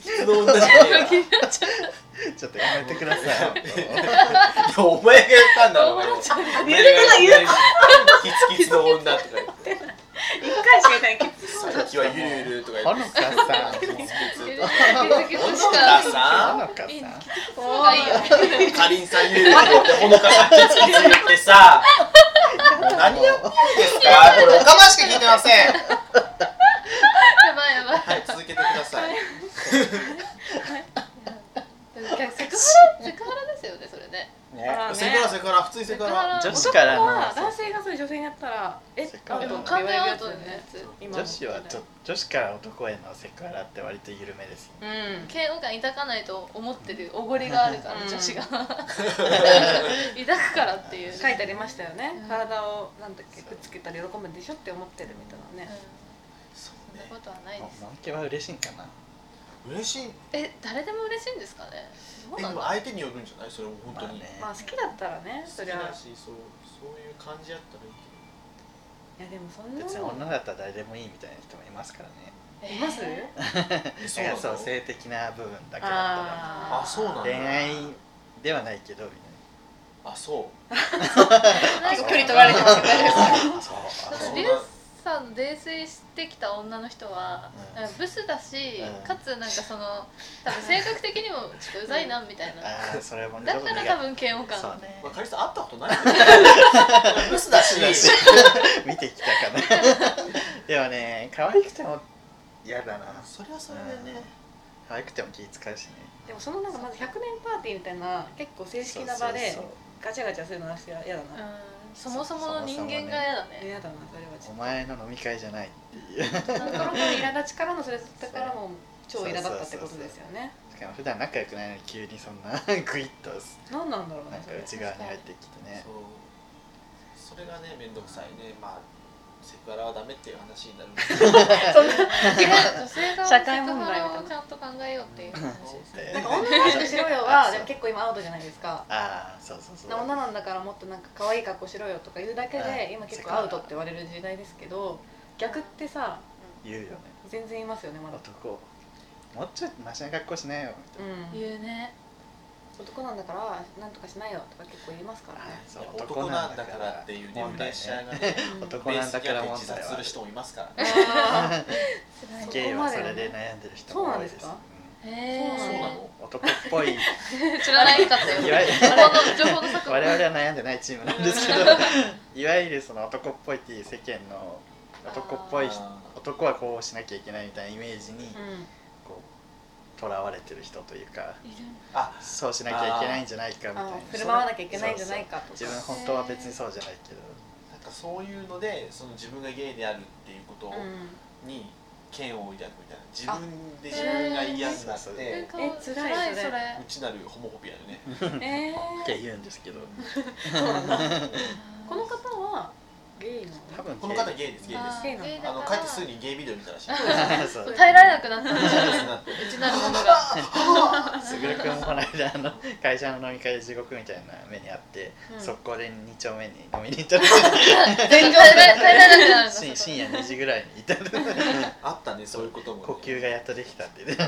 A: つの女じゃねえわ
B: ちょっとやめてくだ さ
A: いやお前が言ったんだろうよ
C: 言ってない言っ
A: キツキツの女とか言って
C: 一回しか言ってないきつ
A: さっきはゆるゆるとか
B: い
A: 言
B: ほ
A: って
B: のかさん
A: キツキツ
D: 気
A: ほ
D: づ
A: の
D: きしか
A: か
B: ほ
A: さ
B: のか
D: いいね
B: さ
D: そうがいいよね
A: んかりんさんゆるゆるってほのかさんキツキツ言ってさもう何
B: ん
A: を言うんですかこれおかましか聞いてません
D: やばいやばい
A: はい続けてください
D: セクハラセクハラですよねそれね
B: ね
C: あ
A: セクハラセクハラ普通にセクハラ
B: 女子
C: 男
B: からの
C: は男性がそういう女性にやったらえっ
B: セク
C: ア
B: ハ
C: ウ
B: ラ
D: で
C: ト
D: も
C: って言
D: 完
C: われ
D: 全ア
C: るや
D: ウ
C: つ
D: ト
C: よ
D: のや
C: ね
D: つ
C: 今の
B: 女子はちょ女子から男へのセクハラって割と緩めですよね
C: うん
D: 嫌悪感抱かないと思ってるおごりがあるから、
C: うん
D: 女子が抱くからっていう、
C: 書いてありましたよね
D: うん
C: 体をなんだっけくっつけたら喜ぶでしょって思ってるみたいなね
A: そ
D: そ
A: うんね
D: なことはないです
B: もんけは嬉しいんかな
A: 嬉しい
D: え誰でも嬉しいんですかねどう
A: で
D: な
A: も
D: んだ
A: 相手によるんじゃないそれも本当
B: まあ
A: に、
B: ね
C: まあ好きだったらねそりゃ
A: 好きだしそうそういう感じやったらいいけ
C: いやでもそんな
B: 別に
C: の
B: 女だったら誰でもいいみたいな人もいますからね
D: え
C: います
A: ど
B: そう
A: なの
B: そう性的な部分だけだった
A: あそうなん
B: ら
A: だ
B: 恋愛ではないけどみ
A: あそう
D: なん
C: 結構
D: か
C: 距離取られてますよ
B: たいな
C: ね
B: あ そうあ
D: なん
B: そ
D: か
B: う
D: リュ
A: そう
D: ウさんの泥酔してきた女の人は、
B: うん
D: なんかブスだし、
B: うん
D: かつなんかその多分性格的にもちょっとうざいなみたいな、
B: あーそれもね
D: だから多分嫌悪感
B: そうね
A: まあ、カリス会ったこと ないけどブスだし
B: 見てきたかな でもね可愛くても嫌だな
A: それはそれでね、
B: 可愛くても気使うしね
C: でもそのなんかまず100年パーティーみたいな結構正式な場で
B: そうそう
C: ガチャガチャするのは嫌だな
D: うんそもそもの人間が嫌だね
C: 嫌だなそれはち
B: そう
C: ょ
B: お
C: っ
B: 前の飲み会じゃない
C: とその頃から苛立ちからのそれだったからもう超苛立ったってことですよね
B: しかも普段仲良くないのに急にそんな グイッと
C: 何なんだろう
B: な
C: ね
B: ん
C: そ
B: か
C: れ
B: 内側に入ってきてね
A: そうそれがね面倒くさいねまあセクハラはダメっていう話になる
C: そんな
D: 女性が
C: 社会問題みたいな
D: セクハラをちゃんと考えようっていう話ですね
C: なんか女らしくしろよはでも結構今アウトじゃないですか
B: ああそうそうそう
C: 女なんだからもっとなんか可愛い格好しろよとか言うだけ
B: はい
C: で今結構アウトって言われる時代ですけど逆ってさ
B: 言うよね
C: 全然いますよねまだ
B: 男もうちょっとマシな格好しないよみた
C: う
B: いな、
C: ん
D: 言うね
C: 男なんだからなんとかしないよとか結構言いますからね
B: あーそう
A: 男なんだからっていうねプ
B: 問
A: レ
B: 題
A: ッシャー
B: ね
A: がね
C: うん
B: 男なんだから
A: ベー
B: 問
A: スギャグ自殺
B: 題は
A: す
B: あ
A: る
B: る
A: 人もいますからね
C: あ ー
D: 辛い
B: ゲイはそれで悩んでる人も多いです
C: そうなんで
D: へー
C: そうな
A: の
B: うん男っぽ い
D: 知らないかったよ
B: いわゆる
D: 情報の情報の錯誤
B: 我々は悩んでないチームなんですけ どいわゆるその男っぽいっていう世間の男っぽい人
A: あ
B: 男はこうしなきゃいけないみたいなイメージに
C: うん
B: こうとらわれてる人というか
D: いる
A: あ
B: そうしなきゃいけないんじゃないかみたい
C: あ
B: な
C: ー振る舞わなきゃいけないんじゃないかとか
B: 自分本当は別にそうじゃないけど
A: なんかそういうのでその自分がゲイであるっていうこと
C: うん
A: に剣を抱くみたいな自分で自分が嫌になっ
B: あ
A: てう
D: え辛い
C: 辛い
D: 辛いそ
C: それ
D: れ
A: ちなるホモフォビアよね
C: え
B: って言うんですけど
C: ー、そうなんだこの
D: 方
C: 方はゲイなの
B: 多分
A: この方ゲイですゲイです
C: あゲイなん
A: あの帰ってすぐにゲイビデオ見たらし い。
B: そう
D: 耐えられなくなったんですよ
A: なって
D: うちなるも のが
B: すぐるくんもこの間あの会社の飲み会で地獄みたいな目にあって、
C: うん
B: 速攻で2丁目に飲みに行ったんですけど
D: 全然耐えられなくなる
B: 深深夜2時ぐらいに行ったんで
A: あったねそういうことも、ね。
B: 呼吸がやっとできたってね
C: な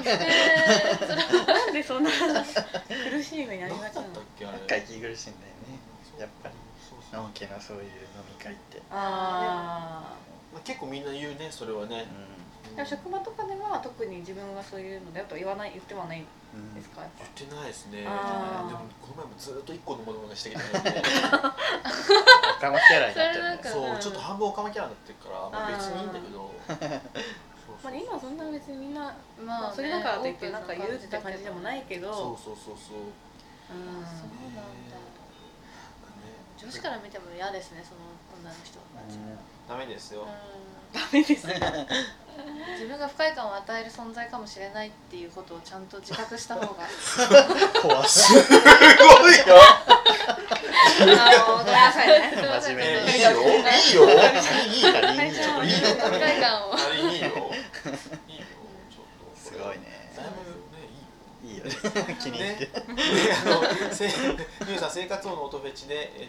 C: んでそんな苦しい目にあ
A: 何
C: り
A: だっ
C: がち
A: た
C: な
A: っ
C: の
A: けあれ。
B: なんか息苦しいんだよねやっぱり
A: そうそう。
B: のんけのそういう飲み会って、
C: あ
A: まあ、結構みんな言うねそれはね。
B: う
C: でも職場とかでは特に自分がそういうのだよとは言わない言ってはないん
B: うん
C: ですかやっぱ
A: 言ってないですねでも
C: あ
B: ー
A: この前もずっと一個のものまねしてきたん で
B: オカマキャラになってるね
D: それ
A: そう
D: うん
A: ちょっと半分オカマキャラになってるから、まあ、別にいいんだけど
C: まあ、今はそんな別にみんな、
D: まあね
C: それだからといっ
D: オープ
C: て
D: ンな
C: なんか言うって感じでもないけど
A: そうそうそうそう
C: うん
D: あそうなんだ女子から見ても嫌ですねその女の人たち、
A: ダメですよ、
D: う
C: ダメです ね
D: ん、自分が不快感を与える存在かもしれないっていうことをちゃんと自覚した方が
B: 怖い
A: すごいよ
C: あのごめんなさいね
B: 真面目
A: ね
B: に
A: いいよい いよいいよ
B: いいちょっといい
D: 不快感を
A: あ れいいよいいよちょっと
B: すごいね
A: だいぶねいいよ
B: いいよね気に入って、
A: で あのせゆうさん生活音の音フェチでえ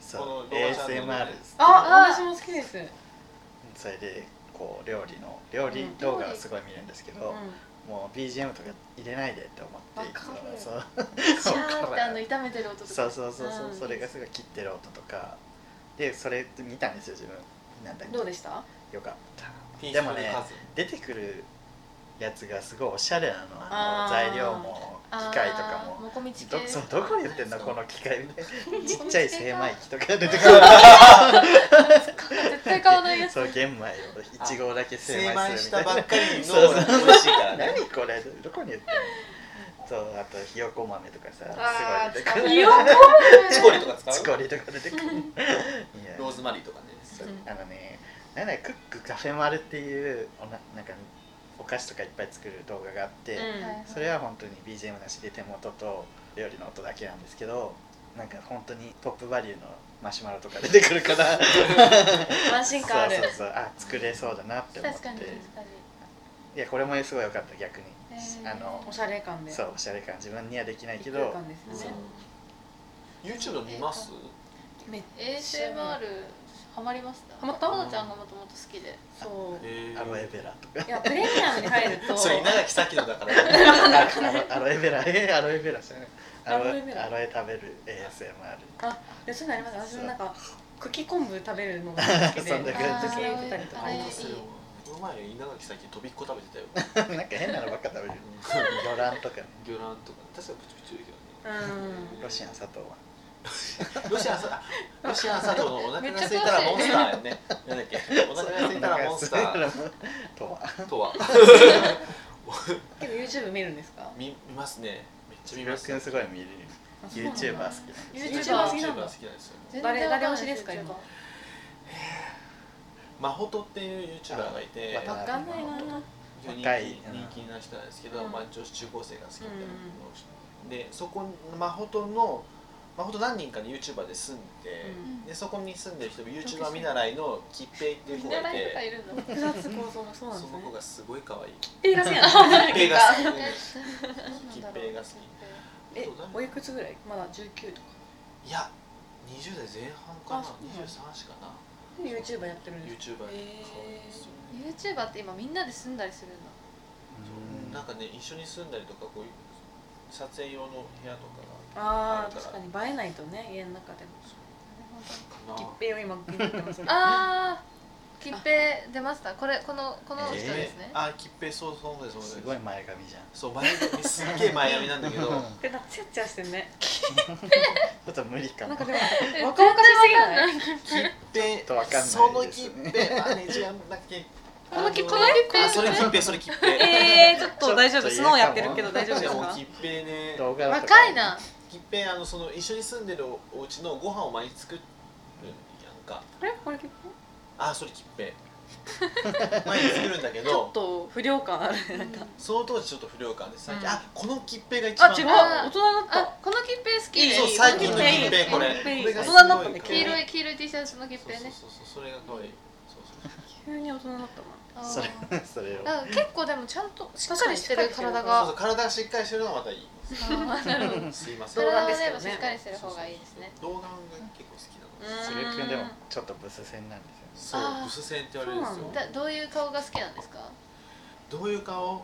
B: そう
A: この動画チャンネル
B: ASMR
C: あ私も好きです、うん、
B: それでこう料理の料理動画をすごい見るんですけど、もう BGM とか入れないでって思っていつも
C: わかる
B: そう
D: シャーってあの炒めてる音とか
B: そうそうそうそう、
D: うん
B: それがすごい切ってる音とかでそれ見たんですよ自分なんだっけ
C: どうでした
B: よかった
A: ピー
B: で
A: スフ
B: も
A: ル
B: ね
A: カズ
B: 出てくるやつがすごいおしゃれなのあの
C: あー
B: 材料も
D: あー
B: 機械とかも
D: もこみち
B: ど
D: 系
B: そうどこ言ってんのこの機械みたいなちっちゃい精米機とか出てくる
D: 絶対買わないやつ
B: そう玄米を一合だけ精
A: 精
B: 米
A: 米
B: す
A: し
B: る
A: た
B: みた
A: ば
B: い
A: っかりの
B: そうそう
A: 美味しいから
B: な
A: ね
B: 何これどこに言ってんのそうあとひよこ豆とかさ
C: あー
B: すごい出てく
C: 使う
B: る
C: ひよ
A: チコリとか使う
B: チコリとか出てくるいや
A: ローズマリーとかね
B: そうあのねなんだクックカフェマルっていうおななんかお菓子とかいっぱい作る動画があって、
D: はい
B: それは本当に BGM なしで手元と料理の音だけなんですけどなんか本当にトップバリューのマシュマロとか出てくるから
C: 安心感ある
B: そうそうそうあ作れそうだなって思っ
D: 確
B: て
D: かに確か
B: いやこれもすごい良かった逆に
D: へー
B: あの
C: おしゃれ感で
B: そうおしゃれ感自分にはできないけ
C: 一
B: ど
C: 空間です
A: そ
C: ね
A: う YouTube 見ます
C: めっ
D: に ASMR ハマりました
C: ハマった
D: ほのちゃんがもともと好きで
C: そう
A: え
B: アロエベラと か
C: いやプレミアムに入ると
A: それ 稲垣咲のだから
B: アロエベラえーアロエベラじゃないアロ
C: アロエベラ
B: アロエ食べる ASMR
C: でそういうのあります私もなんか茎昆布食べるのが好きで
B: そんな感じ
C: 時々入れたりとか
D: あれいい
A: この前稲垣咲飛びっこ食べてたよ
B: なんか変なのばっか食べる
A: うん
B: 魚卵とかね
A: 魚卵とか確かプチプチ言うけ
C: う
B: ロシアン佐藤は
A: どねロシアンさロシアン佐藤のお腹が空いたらモンスターよねなんだっけお腹が空いたらモンスター
B: とは
A: とは
C: んけど YouTube 見るんですか
A: 見見ますねめっちゃ見ま
B: 木村
A: す
B: 君すごい見る
C: あそうなんだ
B: YouTuber 好き
D: ユーチュー
C: YouTuber
D: バ
A: 好き
D: ー
C: 好き
A: な
C: なんん
A: で
C: だ
A: すよ
C: 誰誰推しですか今
A: マホトっていう YouTuber がいて
B: あ
C: わかんないな
A: 非常に
B: 若い
A: 人気人気な人なんですけど、
C: うん
A: まあ、女子中高生が好きみたいなのをして、でそこマホトのマホト何人かで YouTuber で住んで、
C: うん
A: でそこに住んでる人も YouTuber 見習いの吉平っていう
D: 見
A: 子がい
D: 習いとか
A: て
D: いるの
C: 複雑構造がそうなん
A: その
C: ですね
A: 子がすごい可愛い
C: えが好き な
A: 吉
C: の
A: 平が好き
D: 吉
A: 吉平が好
C: え
A: き
C: おいくつぐらいまだ19とか
A: いや20代前半か
C: あ
A: な
C: そうなんだ
A: 23歳かな
C: で YouTuber やってるんです
A: YouTuber 可愛いんですよね、
D: ユーチューバーって今みんなで住んだりするんだ
A: そうなんかね一緒に住んだりとかこういう撮影用の部屋とかが
C: ああ確かに映えないとね家の中でも
A: あるか
C: 吉
A: な
C: 平を今気になってますけど
D: あー吉平出ましたこれこのこの人
B: え
D: で
B: ー
A: え
D: す
A: ー
D: ね、
A: あ吉平そうそうですそうです
B: すごい前髪じゃん
A: そう前髪すっげえ前髪なんだ けど
C: でなんかツヤツヤしてるね
B: ちょっと無理かも
C: なんかでも
D: え
C: 若々しすぎない
A: 吉
B: っとわ
A: 平
B: かんないで
A: そ
B: すね
A: の吉平あれ違うんだっけ
D: このき
A: あ
D: この吉平
A: あそれ吉平それ吉平
C: えー、ちょっと大丈
B: ちょっと言え
C: 夫ス
B: た
C: ノ
B: もん
C: ーやってるけど大丈夫
A: じ
C: で
A: ゃ
C: す
A: あもう
C: か
A: 吉平ね
B: 動画だとか
D: 若いな
A: 吉平あのその一緒に住んでるお家のご飯を毎日作るやんか
C: これこれ結構
A: あそれ吉平 毎日作るんだけ
C: ちょっ
A: ど
C: と不良感ある
D: うん
A: その当時ちょっと不良感で最近
C: うん
A: あこの吉平が一番
C: あ違う
D: あ
C: 大人だっ
D: あこの吉平好き
C: いい
A: そう
C: いい
A: 最近の
C: この
A: 吉
C: 吉
A: 平
C: 平
A: これ
C: 吉平
A: これが
C: 大人になった
A: す
C: んだ
A: ごい
D: 黄色い黄色い T シャツの吉平ね
A: そうそうそうそれが可愛いそうそうそう
C: た急 に大人だった
D: あ
B: それ
D: ー
B: それを
D: だから結構でもちゃんとしっかりしてる体
A: そうそう
D: が
A: 体がしっかりしてるのがまたいい
D: あーなるほど
A: すいません
D: 体
C: 動画
D: は
C: ですけど
D: で
C: ね
D: もしっかりしてる方がいいですね
A: 動画が結構好きなの
C: な
B: それ君でもちょっとブス戦なんです
A: そう
B: よね
D: あー
A: ブス戦って言われるんですよ
C: そうな
D: だどういう顔が好きなんですか、
A: どういう顔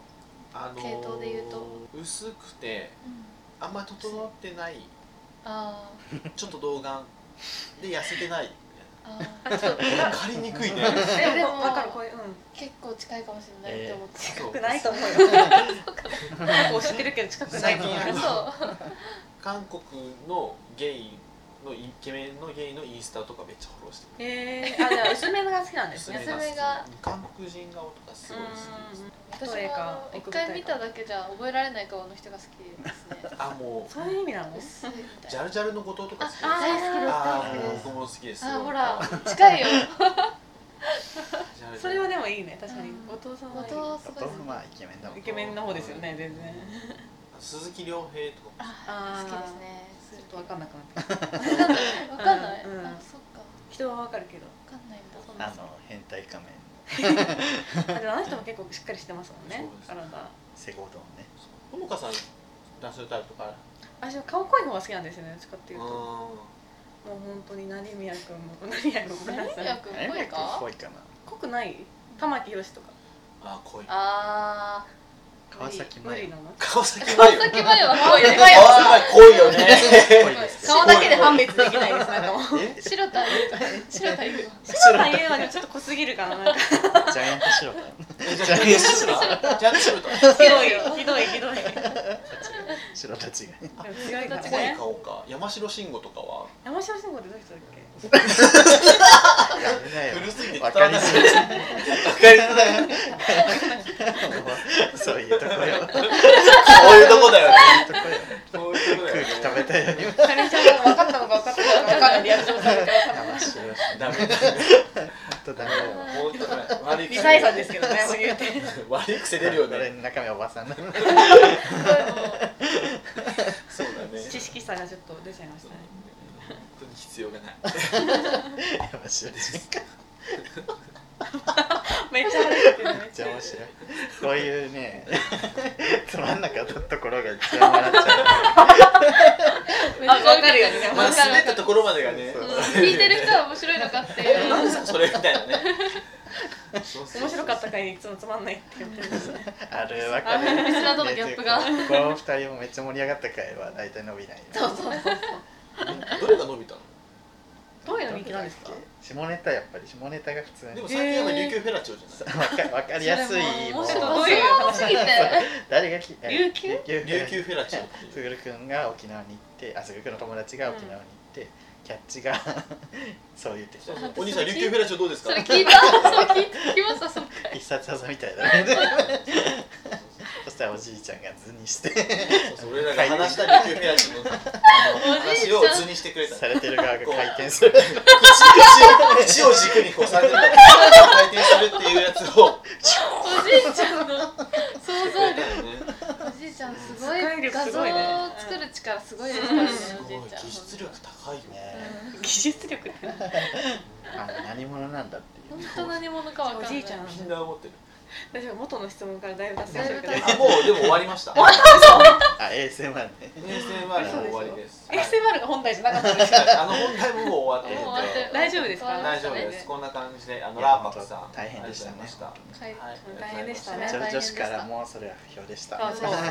A: あのー
D: 系統で言うと
A: 薄くてあんま 整ってない
D: あ
A: ちょっと童顔で痩せてないみたいな
D: ーああちょっと
A: 借りにくい ね
C: えでも
D: も
C: 分かるこれうん
D: 結構近いかもしれないって思って、
A: そう
C: 近くないと思うよなんかを知ってるけど近くないと思う
A: 最近
D: そう
A: 韓国のゲイのイケメンのゲイのインスタとかめっちゃフォローしてる
C: えー、あじゃあ薄めが好きなんですね
D: 薄めが好きが
A: 韓国人顔とかすごい好きです
C: うん
D: 私も
C: どれか
D: 一回見ただけじゃ覚えられない顔の人が好きですね
A: あも
C: そういう意味なの
D: 薄いみ
A: う
D: たい
A: ジ
D: な
A: ャルジャルのこととか好きです
C: あ
A: あ
D: 大好き
A: ー
D: です大好きです
A: 僕も好きです
D: あ
A: よ
D: ほら近いよ
A: ジャルジャル
C: それはでもいいね確かに
D: うん
C: 後藤さんはいい
D: 後藤す
B: 後
D: ごい
B: 藤まあイケメンだもん
C: イケメンの方ですよね全然
A: 鈴木亮平とか
D: あ好きですね
C: ちょっと分かんなくなってきた
D: わかんない、
C: うん
D: あそっかわ
C: 人は分かるけど
D: かんないんだ
B: あの変態仮面
C: あでもあの人も結構しっかりしてますもんね
A: そうです
B: セ
C: 体
B: ゴドンね
A: ともかさんナショタルとか
C: 私は顔濃い方が好きなんですよねどっちかって
A: う
C: い
A: ん
C: うともう本当に成宮君も成宮君ごめんなさ
D: 何や
C: い
D: くん
B: あれも
D: 声か
B: 濃いかな
C: 濃くない玉木宏とか
A: あー濃い
D: あ
B: 川崎
C: 無
B: 麻
C: 理
B: 世
C: なの
A: 川崎麻
D: ー川
A: 世
D: 崎麻世は濃いです
A: あー濃いよね
B: 濃いです
C: 顔だけで判別できないですなんかもう
A: え
D: 白田優白田優
C: 白田優はねちょっと濃すぎるからなんか
B: ジャイアントシロ
A: ジャルジャルですかジャルジャルと
C: ひどいひどいひどい
B: 白たちが
C: 強いから
A: 濃い
C: ね
A: 顔か山城慎吾とかは
C: 山下慎吾ってどういう人だっけ
B: やめなよ
A: 古すぎて
B: わかりづらいわかりづらいそういうとこよそうい
A: こうい
B: う
A: うとこだよね
B: とこよ
A: こういうとこだ
B: 空
A: よ
B: 気
A: ね
B: 食べたいよね
C: カレンちゃんが分かったのか分かったのか分かんないリアクションされて
B: 騙しろし
A: ダメだ
B: 本 当だね
A: もうちょっとね悪い
C: リ
A: 癖
C: サイさんですけどねそう言うて
A: 悪い癖出るよね
B: 俺の中身おばさんなの
A: そうだね
C: 知識差がちょっと出ちゃいました
A: 本
C: ね
A: 当に必要がない
B: 騙しろし
C: めっちゃ晴れてるめ
B: め
C: っ
B: っ
C: ち
B: ち
C: ゃ
B: ゃ
C: 面
B: 面
C: 白い
B: 白いこういうねつまんなかったところが一番笑っちゃ
C: あ分かるよね
A: まあ
C: 分かる
A: 滑ったところまでがね
B: そう
D: うん聞いてる人は面白いのかっていう
A: なんですかそれみたいなね
C: 面白かった回にいつもつまんないって言ってますね
B: うあるわかる
D: リスナーとのギャップが
B: この二人もめっちゃ盛り上がった回は大体伸びないよ
C: そうそうそう
A: どれが伸びたの
C: どういうの人気なんです か
B: 下ネタやっぱり下ネタが普通
A: で
B: に
A: も最近は琉球フェラチオじゃ
B: わかわかりやすいもう
C: それも面
D: ど
C: 白い
D: ういう話すぎて
B: 誰がき
C: 琉球
B: 琉
A: ない琉球フェラチオっていう
B: すぐるくんが沖縄に行ってあすぐるくんの友達が沖縄に行って、キャッチが そう言ってき
A: そ
B: た
A: うそうお兄さん琉球フェラチオどうです
D: そ
A: か
D: れ聞いたそれ聞いた聞きましたその
B: 必殺技みたいだねそしたらおじいちゃんが図にして
A: そうそう俺らが話した琉球フェラチオのあの
D: おじいち
A: 話
D: ゃん
A: を図にしてくれた
B: さ
A: の
B: れてる側が回転する
A: 口を口を軸にこうされてる回転するっていうやつを
D: おじいちゃんの想像力おじいちゃんすごい
C: 世界力
D: 画
C: す
D: 像を
C: ごいね
D: 作る力すごいですからね
A: す
D: お
A: ご
D: じい
A: い
D: ちゃん
A: 技術力高いよ
B: ね
C: 技術力って
B: あの何者なんだって いう
D: 本当何者かわかんない
C: おじいちゃん
A: みんな思ってる
C: 大丈夫元の質問からだいぶ達成してるけど
D: だいぶ
A: あもうでも終わりました
B: あ ASMR ね
A: ASMR もう終わりですはい
C: XMR が本体じゃなかったんです
A: あの本題ももう終わってるん
D: もう終わって
A: で
D: る
C: 大丈夫ですか
A: 大丈夫ですこんな感じであのラーパクさん
B: 大変でしたね
A: ありがとうございました
D: はい
A: はい
C: 大変でしたね
B: ちょ
D: 大変
B: 女
D: で
B: 子
D: した
B: からもそれは不評でした
C: そうそう
A: はい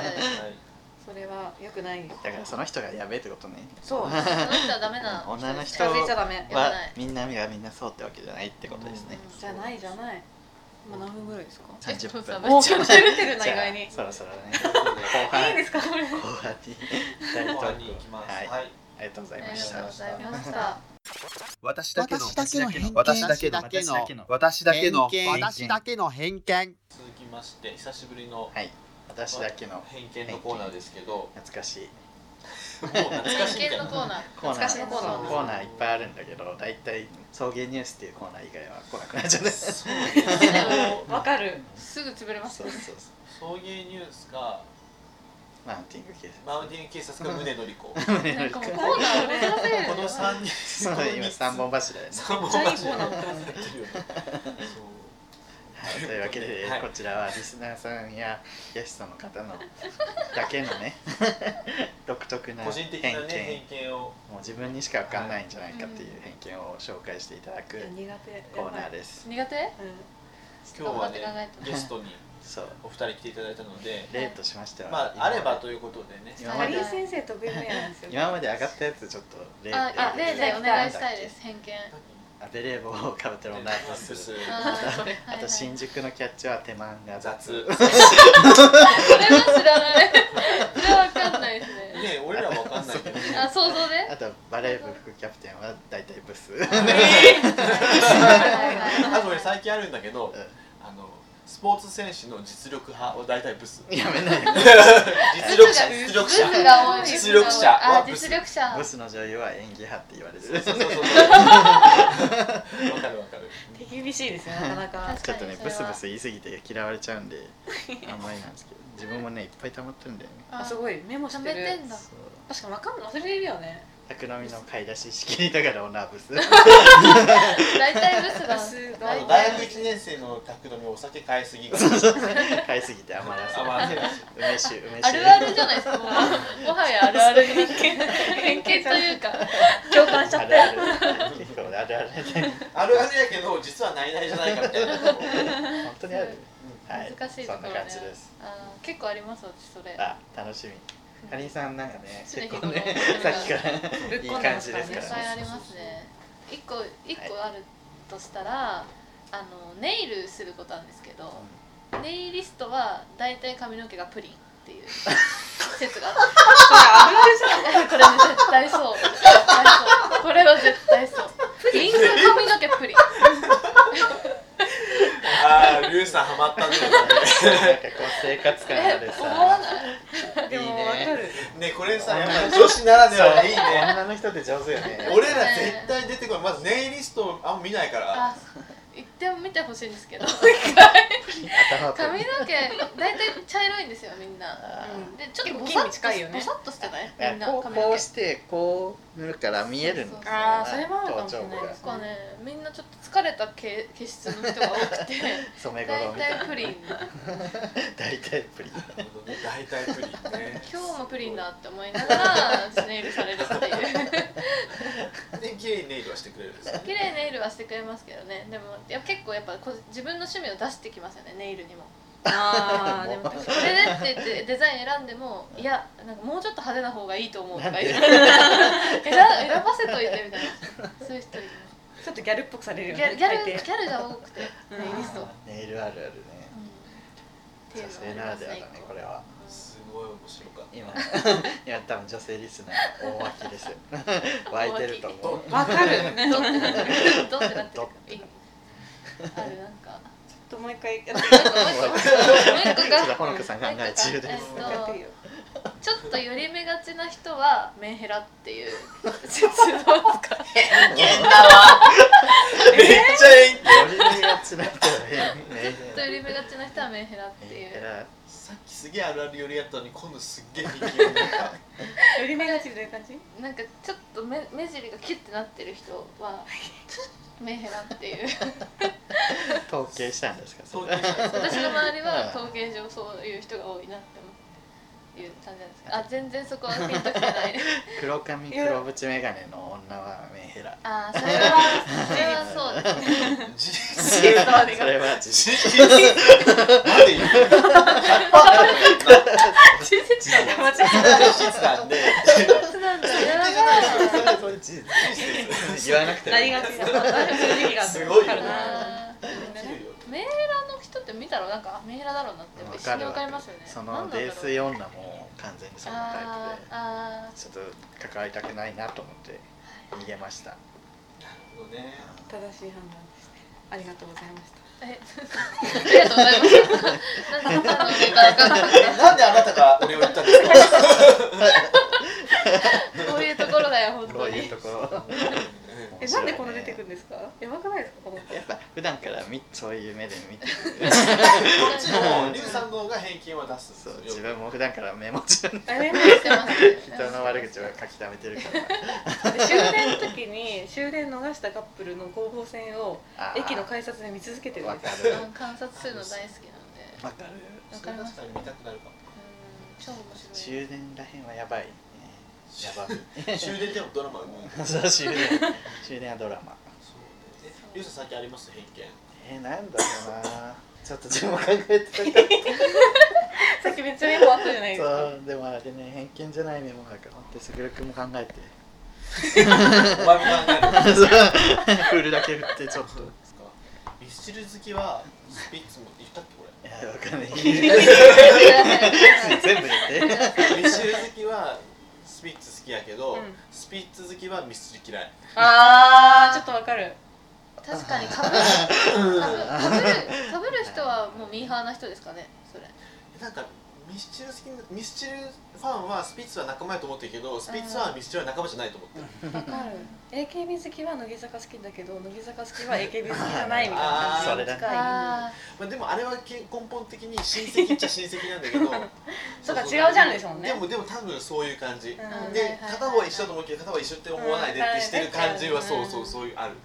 C: それは良くない
B: だからその人がやべえってことね
C: そう
D: その人はダメな
B: 女の人
C: 近づいちゃダメ
B: は
D: やばい
B: みんながみんなそうってわけじゃないってことですね、
C: じゃないじゃない今何分ぐらいですか
D: うん
B: 30分
D: おー
C: めっちゃ喋ってるな
B: じゃあ
C: 意外に
B: そろそろね後
C: いい
B: 半
C: ですかこ れ
B: 後半に大トー
A: 後
B: ク
A: 半に行きます
B: は
A: はいい、
B: ありがとうございま
D: あり
B: し
D: がとう
B: た
D: ございました
E: 私だけの
F: 私だけの偏見
E: 私だけの
F: 私だけの
E: 私だけの
F: 偏見私だけの偏見
A: 続きまして久しぶりの
B: はい私だけの
A: 偏見のコーナーですけど
B: 懐かしい
A: もう懐かしいみた
D: 偏
A: い
D: 見の
A: な
D: コーナー
B: コーナ
C: 懐かし
B: ー
C: のコーナー
B: コーナーいっぱいあるんだけど大体送迎ニュースっていうコーナー以外は来なくなっちゃうねそう
A: そうですね
C: わかる
D: すぐ潰れます
B: そうそう
A: 送迎ニュースか
B: マウンティング系
A: マウンティング警察か宗のり子こ
D: なんかもうコーナー珍しいよね
A: の三人
B: そう今三本柱です、ね
A: 三本
C: めっちゃいい
A: 柱
C: コーナー持って
A: や
C: ますね
A: ってるよねそう
B: はい、というわけで、
A: はい
B: こちらはリスナーさんやゲストの方のだけのね 独特な
A: 個
B: 偏
A: 人的
B: 見
A: なね偏見を
B: もう自分にしか分かんないんじゃないかっていう偏見を紹介していただく
C: 苦手やばい
B: コーナーです、
D: 苦手
C: う
A: 今日はね
D: 頑張って考えて
A: ゲストに
B: そう
A: お二人来ていただいたので
B: 例としましては、
A: ま
B: 今
A: ああれば
B: まで
A: ということでね
B: 今
C: ん
B: ま
C: ハリ
B: で
C: ー先生得意分野なんですよ
B: 今まで上がったやつちょっと例
D: あ、あ、例でお願いしたいです偏見
A: 何
B: あベレー帽をかぶってる女はブ
A: ブ
B: ス
A: ス
D: あ
C: れ
B: あと新宿のキャッチは手間が雑
A: 雑
D: それは知らない。それはわかんないですね。
A: ね俺らは分かんないけど
D: あ、想像で。
B: あとバレー部副キャプテンは大体ブス
A: あと俺最近あるんだけど
B: うん
A: あのスポーツ選手の実力派は大体ブ ス
B: やめない
A: 実力者実力者
D: ブスが多い
A: 実力者
D: あ
A: は、ブス
D: 実力者
B: ブ。スの女優は演技派って言われ
A: そう
B: る
A: そうそうそうわかるわかる
C: 手厳しいですよなかなか
D: 確
B: ち
D: か
B: ょっと
D: に
B: ね
D: それは
B: ブスブス言い過ぎて嫌われちゃうんであんまりなんですけど自分もねいっぱい溜まってるんだよね
C: あす
D: い。
C: ごいメモして
D: 貯
C: る
D: めてんだ。
B: そう
C: 確かにわかん忘れれるよね
B: 宅飲みの買い出し仕切りながら女はブス
D: 大体ブスだ。
A: あ
D: 大
A: の
D: 体
A: 大学1年生の宅飲みお酒買いすぎが
B: 買いすぎて余らせ
A: 甘いらしい
B: 梅酒梅酒
D: あるあるじゃないですか。もうもはやあるある。偏見というか。
C: 共感しちゃ
B: あ
C: っ
B: る
C: た
B: ある結構あるあるね
A: あるあるやけど実はないないじゃないかみたいなとこ
B: 本当にあるはい
D: 難しいと
B: そ
D: ころね
B: んな感じです
D: あー結構あります私それ。
B: あ楽しみかりんさんなんかね
D: 常
B: 結
D: 日
B: 構
D: 頃
B: ねさっきから
C: ぶっ
B: いい
C: 込んで
B: 感
C: ます
B: じで
C: から
B: す
D: い
B: から
D: っぱい
B: ね
D: ありますね。一個一個あるとしたら、あのネイルすることなんですけど、ネイリストはだいたい髪の毛がプリンっていう 説があって、
C: あるあるじゃん
D: これね絶対そう。絶対そうこれは絶対そう。プリン髪の毛プリン。
A: ああリュウさんハマったね
B: なんかこう生活感ある
D: え、思わ
B: さ
D: ない。
B: いい
C: でもわか
B: ね
C: る
A: ねこれさやっぱり女子ならではがいいね
B: 女の人って上手よね
A: 俺ら絶対出てこないまずネイリストあんま見ないから
D: あ、一点も見てほしいんですけど、
B: 頭と
D: 髪の毛だいたい茶色いんですよみんな。
B: あ
D: でちょっとボ
C: 結
D: サッ
C: 構金
D: と
C: に近いよね
D: ボサッとしてない
B: ー
D: みんな
B: こう
D: 髪の
B: こ
D: 毛
B: う。してこう塗るから見えるんだよな
C: あーそれもあるかもしれないで
D: な
C: す
D: んかね、みんなちょっと疲れた毛毛質の人が多くて
B: 染め頃み
D: 大
B: たい
D: 体プリン
B: な大体プリン
A: 大体プリンね
D: 今日もプリンだって思いながら 私ネイルされるっていう
A: で綺麗にネイルはしてくれるんですよ
D: 綺麗にネイルはしてくれますけどねでもいや結構やっぱこ自分の趣味を出してきますよねネイルにも
C: あーでも確
D: これでって 言ってデザイン選んでもいやなんかもうちょっと派手な方がいいと思うとか言って選 選ばせといてみたいなそういう人いる
C: かにちょっとギャルっぽくされるよ
D: ギャ
C: ね
D: ルギャ
C: 大
D: ルギ
C: 抵
D: ャルが多くて
C: うん
D: ネイリスト、うん、っ
B: ネイルあるあるね
D: ていう
B: 女
D: の
B: 性な
D: があ
B: ら
D: ります
B: ではだね
D: ね
B: これは
A: すごい面白かっ
B: 今今多分女性リスナー大脇ですよ湧いてると思う
C: わかる
D: ドンってなってるドンってなってるある なんか
C: ちょっともう一回やって
D: もう一個もう一個
B: ち
D: が
B: ょっとほのかさん考え中です
D: えっ
C: もう一回やっていいよ
D: とちょっと寄り目がちな人はメンヘラっていう説を使う
A: たわめっちゃえん
B: 寄り目がちな人はね
D: ちょっと寄り目がちな人はメンヘラってい
B: ねえ
D: う
B: ら
A: さっきすげえあるあるよりやったのに今度すっげえ人気
C: 寄り目がちという感じ
D: なんかちょっと目目尻がキュッてなってる人はメンヘラっていう
B: 統計したんですか
A: そう
B: れ
A: でした
D: 私の周りは統計上そういう人が多いなって思ういう感じなんですけどあ全然そこはピンときてない
B: 黒髪黒縁眼鏡の女はメンヘラ
D: あーそれはそれはそうですね
A: 事
B: そ
A: 実
B: れは事 実
A: 事実 なんで言う
C: 全然違う間違
A: 事実なんで
D: そうなんだ
B: それは事実言わなくても
C: えなりがちだ私も時期があった
A: すごいよね
C: から
D: メンヘラの人って見たらなんかあメンヘラだろうなってやっぱ一瞬でわかりますよね
B: そ
D: な
B: の
D: んなんだろ
B: 泥
D: う
B: 酔女も完全にそのタ
D: あ
B: イプ
D: ーあ
B: でちょっと関わりたくないなと思って逃げました
A: ね
C: 正しい判断ですねありがとうございました
D: ーえありがとうございますなんで何のネタわかんなかっ
A: なんであなたが俺を言ったんですか
D: たこういうところだよ本
B: こ
D: 当
B: う
D: に
B: いうところ
C: えなんでこの出てくるんですかやばくないですかこの
B: やっぱ普段からみそういう目で見てる
A: こっちのリュウさんの方が偏見は出す
B: そ
A: ん
B: う
A: です
B: 自
A: よ
B: 分も普段からメモ中に
C: あれね
D: してますね
B: 人の悪口を書き溜めてるか
C: で終電の時に終電逃したカップルの後方戦を
B: ら
C: 駅の改札で見続けてる
B: わ
C: んで
B: か
C: す
B: る
D: うん観察するの大好きなんで
B: わかる
D: わかります
A: それ確かに見たくなるかも
D: うん超面白い
B: 終電らへんはやばいねやばい
A: 終電でもドラマ生む
B: そう終電終電はドラマ
A: えリュウさん最近あります偏見
B: えー、なんだろうなちょっと自分も考えてなかっ
C: さっきめっちゃメモあったじゃない
B: た
C: ですか
B: そうでもあれね偏見じゃないメモだから本当に卓君も考えて
A: お前も考えるんで
B: そう振るだけ振ってちょっと
A: すかミスチル好きはスピッツも言ったっけこれ
B: いやわかんない全部言って
A: ミスチル好きはスピッツ好きやけど、
C: うん
A: スピッツ好きはミスチル嫌い
C: あーちょっとわかる
D: 確かにかぶるかぶるかぶる人はもうミーハーな人ですかねそれ
A: なんかミスチル好きミスチルファンはスピッツは仲間やと思ってるけどスピッツはミスチルは仲間じゃないと思ってる、
C: わかる AKB 好きは乃木坂好きだけど乃木坂好きは AKB 好きじゃないみたいな感
B: あ
C: じの
B: ー
C: 近い
D: あ
A: まあ、でもあれはけ根本的に親戚っちゃ親戚なんだけど
C: そうか違うジャンルですもんね
A: でもでも多分そういう感じ、
C: うん
A: で、
D: はいはいはい
A: 片方は一緒だと思うけど片方は一緒って思わないでってしてる感じは、
D: うん
A: そうそうそういうある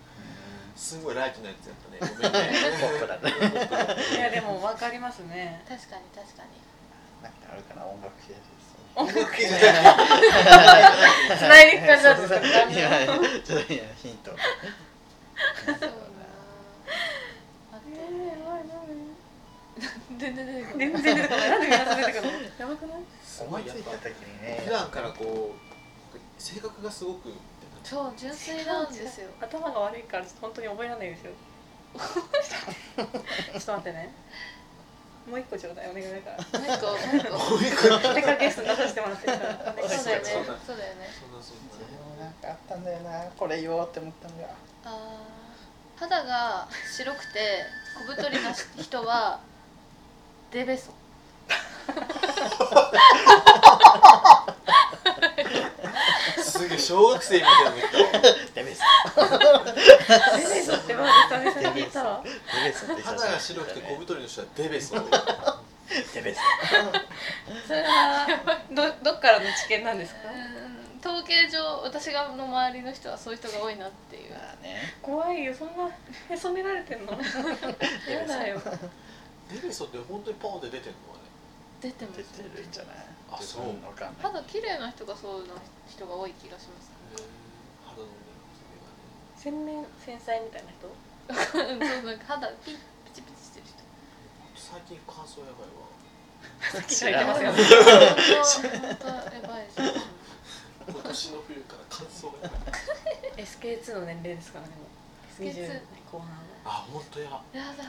A: すごいライトなやつやったねご
B: ポ
A: めん
B: ッ
A: ね
B: プだね
C: いやでも分かりますね
D: ー確かに確かに
B: なんかあるかな音楽系です
A: 音楽系じゃない
C: つないでいく感じだったんですか
B: いやちょっといやヒント
D: そうだな待って全然出てこない
C: 全然出てこないなんで皆さん出てくるのやばくない
A: すご
B: 思い
A: い
B: つ
A: やっ
B: いた
A: ぱ
B: 時にね
A: 普段からこう性格がすごく
D: そう純粋なんですよ
C: 頭が悪いから本当に覚えられない ですよちょっと待ってねもう一個ちょうだいお願いだか
D: もう一個もう一個
A: こういう感じ
C: らせっかくゲストに出させてもらってる からお願い
D: そう
C: します
D: だ
A: そうだ
D: よねそうだよね
A: そんなそん
B: そ
A: な
B: れも なんかあったんだよなこれ言おうって思ったんだよ
D: あー肌が白くて小太りな人はデベソ
A: すげえ小学生みたいなの言ったわ
B: デベソ
C: デベソってまず久々に聞いたわ
B: デベソって
A: 肌が白くて小太りの人はデベソ
B: デベソ
C: それはどどっからの知見なんですか
D: うん統計上私がの周りの人はそういう人が多いなっていう
B: まあね
C: 怖いよそんなへそめられて んのやだよ
A: デベソって本当にポンって出てんのあれ
D: 出てます
B: 出てるんじゃない
A: あそう
B: わかんない
D: 肌綺麗な人がそうな人が多い気がします
A: 肌のね
C: 洗面繊細みたいな人
D: うん そうなんか肌ピッピチピチしてる人
A: 最近乾燥やばいわ
C: さっきから言ってますよね
D: 本当本当やばいですよ
A: 今年の冬から乾燥がやばい
C: SK2 の年齢ですからねもう
D: SK2
C: 20後半は
A: あ本当や
D: やだ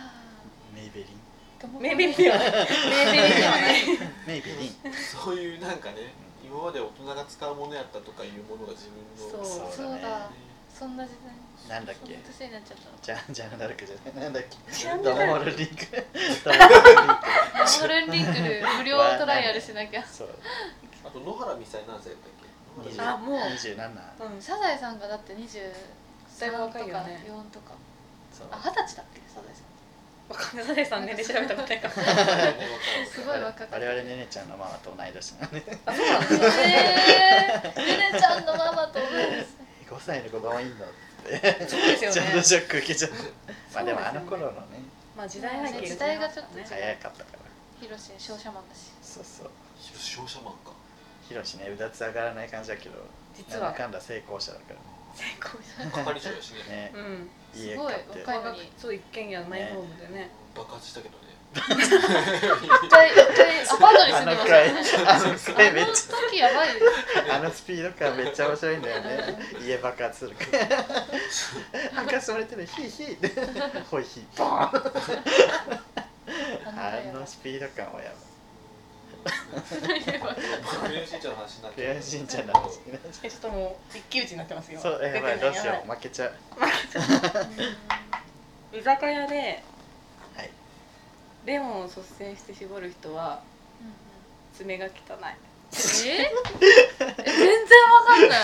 B: メイベリン
D: ー
C: メイベリンではないメイベリンでは ない
B: メイベリン
A: そういうなんかね今まで大人が使うものやったとかいうものが自分の
C: そう
D: そう
B: ね
D: だそんな時代
B: なんだっ
D: そん
B: け
D: な年になっちゃった
B: ジャンジャンダルクじゃないなんだっけ
C: ジャン
B: ダ
C: ヌダルク
B: モールリンクダモールリンク
D: のホルンリンクル無料トライアルしなきゃ
B: そう
A: あと野原美咲何歳やったっけ
B: 20
A: 野原
C: あもう
B: 27
C: うん
D: サザエさんがだって23
C: だいぶ
D: とか
C: 若いよね
D: 4とか
B: そう
D: あ二十歳だっけサザエさん
C: わかんないサザエさん年齢調べたことないから
A: 美咲
D: すごい若かった
B: 我々ねねちゃんのママと同い年なんで
C: あそうなんですね
D: えー、ゆねちゃんのママと同いです
B: 5歳の子供いいんだ
C: そうですよ
B: ちょっと
C: ね
B: ショック受けちゃったまあ
C: そうです
B: で
C: よね
B: もあの頃のね
C: まあ時代背景
D: 時代がちょっと違う
B: 早かったから
D: ヒロシ商社マンだし
B: そうそう
A: 商社マンか
B: ヒロシねうだつ上がらない感じだけど
C: 実
B: なんだ
C: は
B: かんだ成功者だか
C: 成功じ
A: 係長やし
B: ら
A: ね
B: ね
C: ゃんうん
B: 家買っ
D: すごい
B: て
D: 若い
C: 高額そう一軒家のマイホームでね
A: 爆発したけどね
B: あのくらい
D: 一回一回アパートに住んでましたね
B: あのくらいめっ
D: あの
B: ち
D: 時やばいです
B: ゃあのスピード感めっちゃ面白いんだよね家爆発するから なんかそれてるヒーヒーってホイヒーボーンあのスピード感はや
A: クレヨンしんちゃんの話になっ
B: ばい
A: て
B: クレヨンしんちゃん
A: ん
B: の話になっちゃ
C: えちょっともう一騎打ちになってます
B: う
C: よ
B: そうやばいど
C: 出て
B: う
C: な
B: し
C: や
B: よ
C: ば
B: う負けちゃう
C: い居酒屋で
B: はい
C: レモンを率先して絞る人は爪が汚い
D: ええ全然わかんない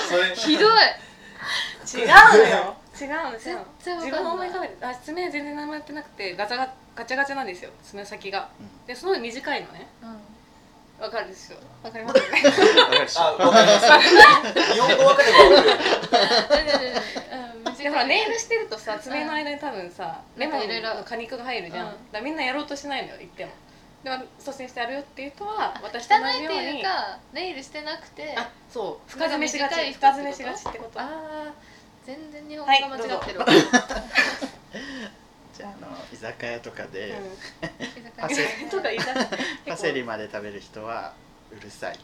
A: それ
D: ひどい
C: 違うのよ違うの
D: 全
C: よ
D: 然わかんない
C: 自分も思い浮かべてあ爪全然何もやってなくてガチャガガチャガチャなんですよ爪先が
B: うん
C: ですごい短いのね
D: うん
C: わかるでしょわかりますよね
B: わかるっしょ
A: あわかります日本語わかればわかるよ
D: ねねねねうん
C: でほらネイルしてるとさ爪の間に多分さレモン
D: なんかいろい
C: の
D: ろ
C: 果肉が入るじゃん
D: うん
C: だからみんなやろうとしないのよ言ってもでも率先してやるよっていう人は私と
D: 汚
C: 同じ
D: いっ
C: よ
D: て
C: う
D: いう
C: に
D: かネイルしてなくて
C: あそう深爪し
D: な
C: が
D: んか短
C: ち
D: い人
C: 深爪しがちってこと
D: あー全然日本
C: はい
D: 語が間違ってるわ、
B: じゃああの居酒屋とかで、
C: う
D: 居酒
B: パセリ
C: んとか言いたい
B: パセリま で食べる人はうるさい。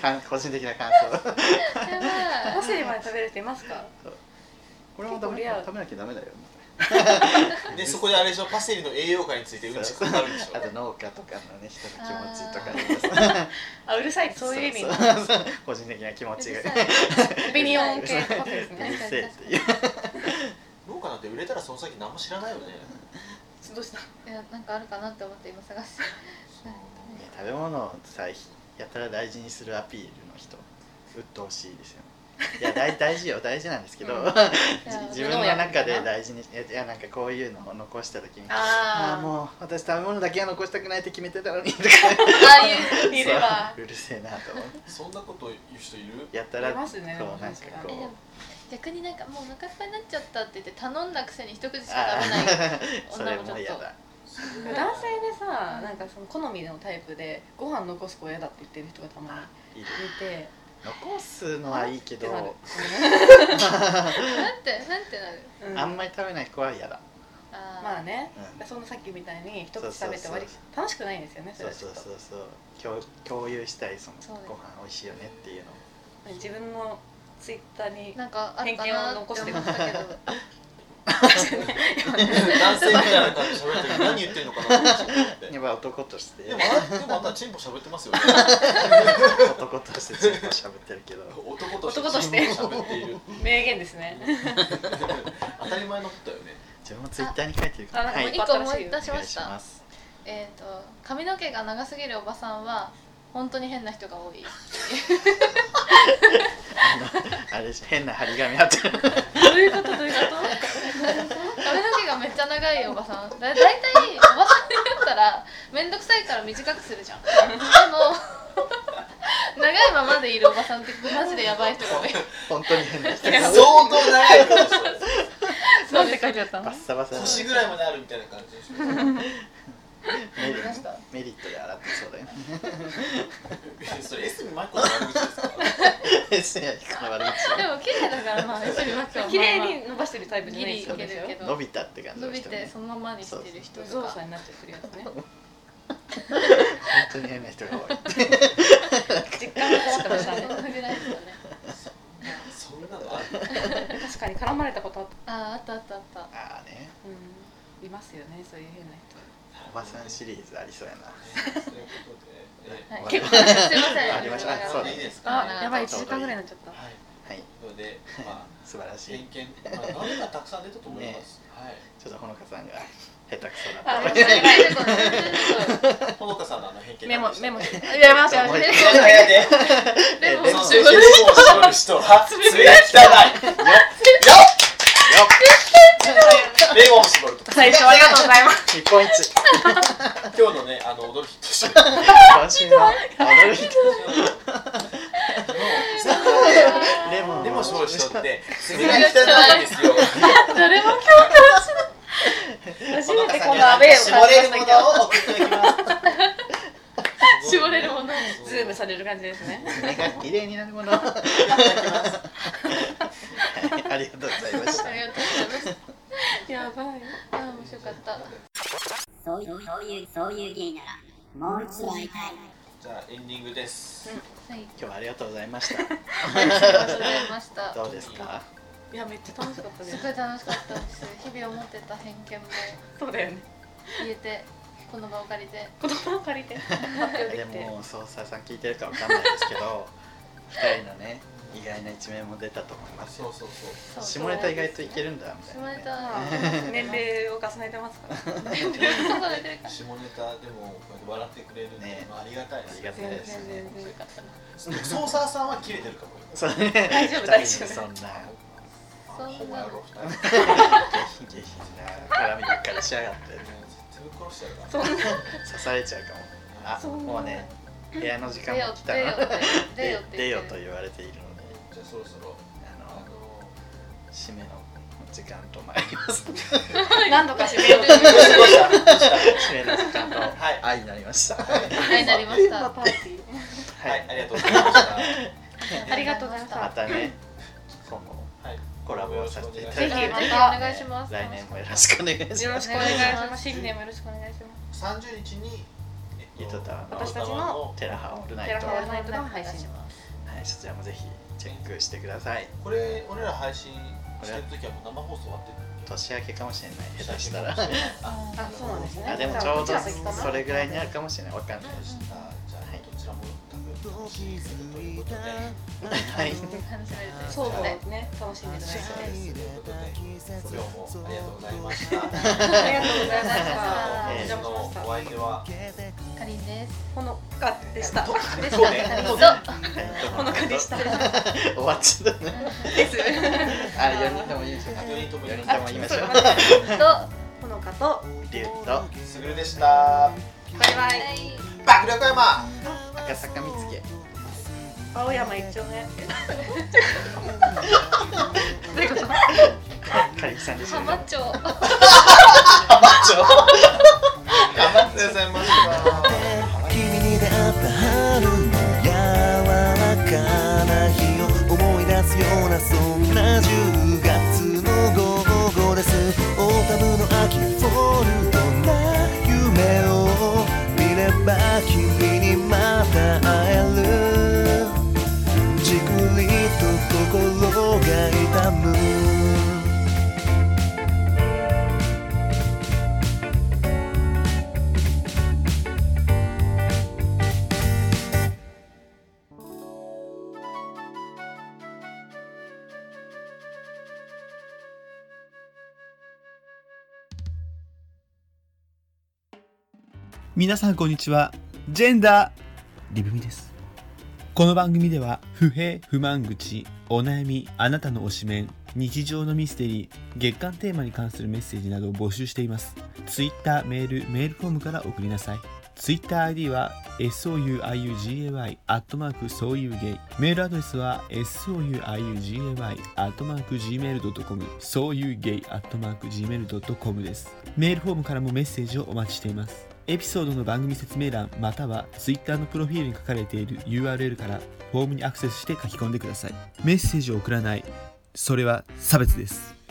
B: 感個人的な感想
D: やば
C: お尻まで食べる人いますか
B: これも食べ
C: 結構リアル
B: 食べなきゃダメだよ
A: でそこであれでしょパセリの栄養価についてうんちく語るんでしょ
B: あと農家とかのね人の気持ちとか
D: あ
B: にも
C: あうるさいって そういう意味
B: そ
C: の
B: そうそう個人的な気持
D: い
B: ちが
D: うるさい
C: オピニオン系ってことです
B: う
C: ね
B: るせえっていう
A: 農家なんて売れたらその先何も知らないよね
C: どうした
D: いやなんかあるかなって思って今探して
B: ね食べ物をさやたら大事にするアピールの人鬱陶しいですよねいや大大事よ大事なんですけど、
C: うん
B: じ自分の中で大事にいやいやなんかこういうのを残した時にああ
C: あ
B: ー
C: あ
B: もう私食べ物だけは残したくないって決めてたのにとか
D: ああいう
C: いれば
B: そううるせえなと思って
A: そんなこと言う人いる
B: やたら
C: いますね
B: こうなんか
C: 確か
B: こ
D: に
B: う
D: 逆になんかもうお腹いっぱいになっちゃったって言って頼んだくせに一口しか
B: あ
D: 食べない
B: ー そ
D: 女
B: れ
D: もちょっと
B: も嫌だ
C: 男性でさなんかその好みのタイプでご飯残す子嫌だって言ってる人がたま
B: いる
C: にいて
B: 残すのはいいけ
C: ってなる
B: ど、
D: なんてなんてなる
C: うん
B: あんまり食べない子は嫌だ、
D: あー
C: まあね
B: うん
C: そんなさっきみたいに一口食べて終わり
B: そうそう
C: 楽しくないんですよねそ
B: そう
C: れはち
B: そ
C: ょ
B: う
C: っと
B: そうそう共共有したいその
D: そうです
B: ご飯美味しいよねっていうのを
C: 自分のツイッターに
D: なんかあるかなって思ったけど
A: 男性みたいな感じで喋ってる何言ってんのかなと思って
B: やっぱり男として
A: でもあでもあんたチンポ喋ってますよね
B: 男としてずっと喋ってるけど
A: 男として
C: 男として
A: チンポ喋っている
C: 名言ですね
A: 当たり前のことだよね
B: 自分もツイッターに書いてるから
C: あ
B: はい
C: あ
D: 一個思い出し
B: お願
D: ま
B: い
D: し
B: したます
D: えっ、と髪の毛が長すぎるおばさんは本当に変な人が多い
B: あれでしょ変な張り紙貼ってる
C: どういうことどういうこと
D: 髪の毛がめっちゃ長いおばさんだだいたいおばさんになったら面倒くさいから短くするじゃんでも長いままでいるおばさんってマジでやばい人が多い
B: 本当に変な人
A: 相当長いことでし
C: なんて書いてあったの
B: バッサバサ
A: ょ
B: な
A: 腰ぐらいまであるみたいな感じでしょ
B: メリ
D: 見ました
B: メリットで洗ってそうだよ ね
A: それエスミマイコの悪口ですか
B: 別にこの悪
D: でも綺麗だからまあ一緒に巻く
C: 綺麗に伸ばしてるタイプじゃ
D: ギ
C: ない
D: リ
C: で
D: い
C: すよ
D: けるけ
B: 口伸
D: ど
B: びたって感じ
D: 伸
B: の
D: び
B: 人ね
D: てそのままにしてる人
C: 無
D: と
C: 造
D: か
C: 作になっちゃってるやつね
B: 本当に変な人が多い
C: 実感がこもってまし
D: そ
C: たね
D: のぐらいですよね
A: そんなのある
C: 確かに絡まれたことあった、
D: あああったあったあった
B: ああね
C: うん、いますよねそういう変な人
B: おばさんシリーズありそうやな
A: そういうことでえ
D: はい、
B: 結
D: 結
B: 構
D: 構すいません。
B: ありましたそうだね
A: いいですか
D: あ
C: あやばい
B: ちょ
C: 1
B: うどいい
C: 時間ぐらいになっちゃった
A: はい
B: はい
A: なのでまあ
B: 素晴らし
A: 偏
B: い
A: 見まあダメがたくさん出たと思いますは
B: ちょっとほのかさんが下手くそだ
C: あ
B: と
C: ごめん
B: 思
C: な
B: って
C: さい
A: いほのかさんのあの偏見
C: メモ
A: 何 でした
C: メモしてやめましょうやめましょう
A: いやいやいや
D: でも
A: そのメモをしとる人は 爪が汚いよっメモを絞ると
C: 最初はありがとうございます
B: 日本一
A: 今日のねあの驚きとして
B: 今週の驚きレモン
A: でもそうしとって爪が
D: が
A: 汚
D: 汚
A: いんで
D: いんです
A: よ。
C: 誰も共感しない初めてこのアウェイを
A: 絞
C: 感じ
A: れる
C: ました
A: も
C: け
A: の
C: ど
A: を送っておきます。
D: 絞れるもの。
C: ズームされる感じですね
B: 爪が綺麗になるものはいありがとうございました
D: ありがとうございました。
C: やばい
D: あー面白かった。
G: そういうそういうそういう芸ならもう一度会いたい
A: じゃあエンディングです。
D: はい、
B: 今日はありがとうございました
D: ありがとうございました。
B: どうですか
C: いやめっちゃ楽しかったですす
D: ごい楽しかったです。日々思ってた偏見も
C: そうだよね
D: 言えて、この場を借りて。
C: 言葉を借りて発表で
B: で
C: きて
B: も捜査さん聞いてるかわかんないですけど二人のね意外な一面も出たと思います
A: そう
B: よ
A: そうそ
D: そう
B: 下ネタ意外といけるんだみたい
D: 下
B: な、
D: ネ
B: ね、
D: タ。
C: 年齢を重ねてますから
D: 年齢重ねてるか
A: う。下ネタでもこうやって笑ってくれるんで、
B: ね
A: まあありがたいで
B: あ
A: す
B: り。がたい
C: 全然
B: ですね
C: 全然
A: ソーサーさんは切れてるかも。
B: そうね大
C: 丈夫大丈夫
B: そんな
D: そん
A: ホモ
D: な
A: やろ
D: の。
A: 二人。 ね
B: 下品な絡みばっかりしやがって
A: 絶対殺しちゃうか
C: そん
A: ら。
C: な
B: 刺されちゃうかもあ
A: じゃ
B: もうね部屋の時間
D: 出よ
B: も来、た
D: 出よ
B: の、
D: 出よ
B: で
D: って言ってる。
B: 出よと言われているので
A: あそろそろ
B: あ
A: あ
B: の
A: の
B: 締めの時間と参ります
C: 何度か締めよう
A: どうしたどうした
B: 締めの時間と
A: はい
B: 愛になりました
D: はい、になりまし
C: パ
D: た。
C: ーティー
A: はいありがとうございました。
C: ありがとうございました
B: またね今後も
A: はい
B: コラボをさせていただ
C: ぜ
B: いて
C: ひま
D: ぜひお
C: た
D: 願いします。
B: 来年もよろしくお願いします
C: よろしくお願いします新年もよろしくお願いします
A: 30日にえ
B: 言ってたあの
C: 私たちの
B: テラハオールナイ
C: テラ
B: ト
C: ハオールナイトの配信
B: はいそちらもぜひチェックしてください
A: これ俺ら配信してる時はもう生放送終わってる
B: 年明けかもしれない下手した
A: あ
B: ら
C: あそうなんですね
B: あでもちょうどそれぐらいになるかもしれないわかんない
A: そうしたじゃあどちらも楽しみにするということで
B: はい
D: 楽しめるという
C: そう
D: ことで
C: ねね楽しんでいただ
A: そう
C: い
A: ですということで今日もありがとうございました
C: てありがとうございましたお
B: え
A: 本日の
B: え
C: 邪魔しました
A: お相手は
D: かりんです
C: ほのかでした
A: で
D: そう
C: ほのかでした
B: 終わっちゃったね
C: です
B: あれ4人とも言いまし ょうか
A: 4人とも
B: 4人とも言いましょう
D: と
C: ほのかと
B: リュウと
A: すぐるでした
C: バイバイ
D: はい
A: 爆力山
B: 赤坂見つけ
C: 青山一 丁目
B: カリキさんでした
D: 浜町
A: 頑張ってくださいました
H: 君に出会った春の柔らかな日を思い出すようなそんな10月の午後ですオータムの秋フォルトな夢を見れば君にまた会えるじくりと心が痛む
I: 皆さんこんにちはジェンダー
H: リブミです
I: この番組では不平不満口お悩みあなたの推しメン日常のミステリー月間テーマに関するメッセージなどを募集していますツイッターメールメールフォームから送りなさいツイッター ID は souiugay アットマークそういうゲイメールアドレスは souiugay アットマーク gmail.com そういうゲイアットマーク gmail.com ですメールフォームからもメッセージをお待ちしていますエピソードの番組説明欄または Twitter のプロフィールに書かれている URL からフォームにアクセスして書き込んでくださいメッセージを送らないそれは差別です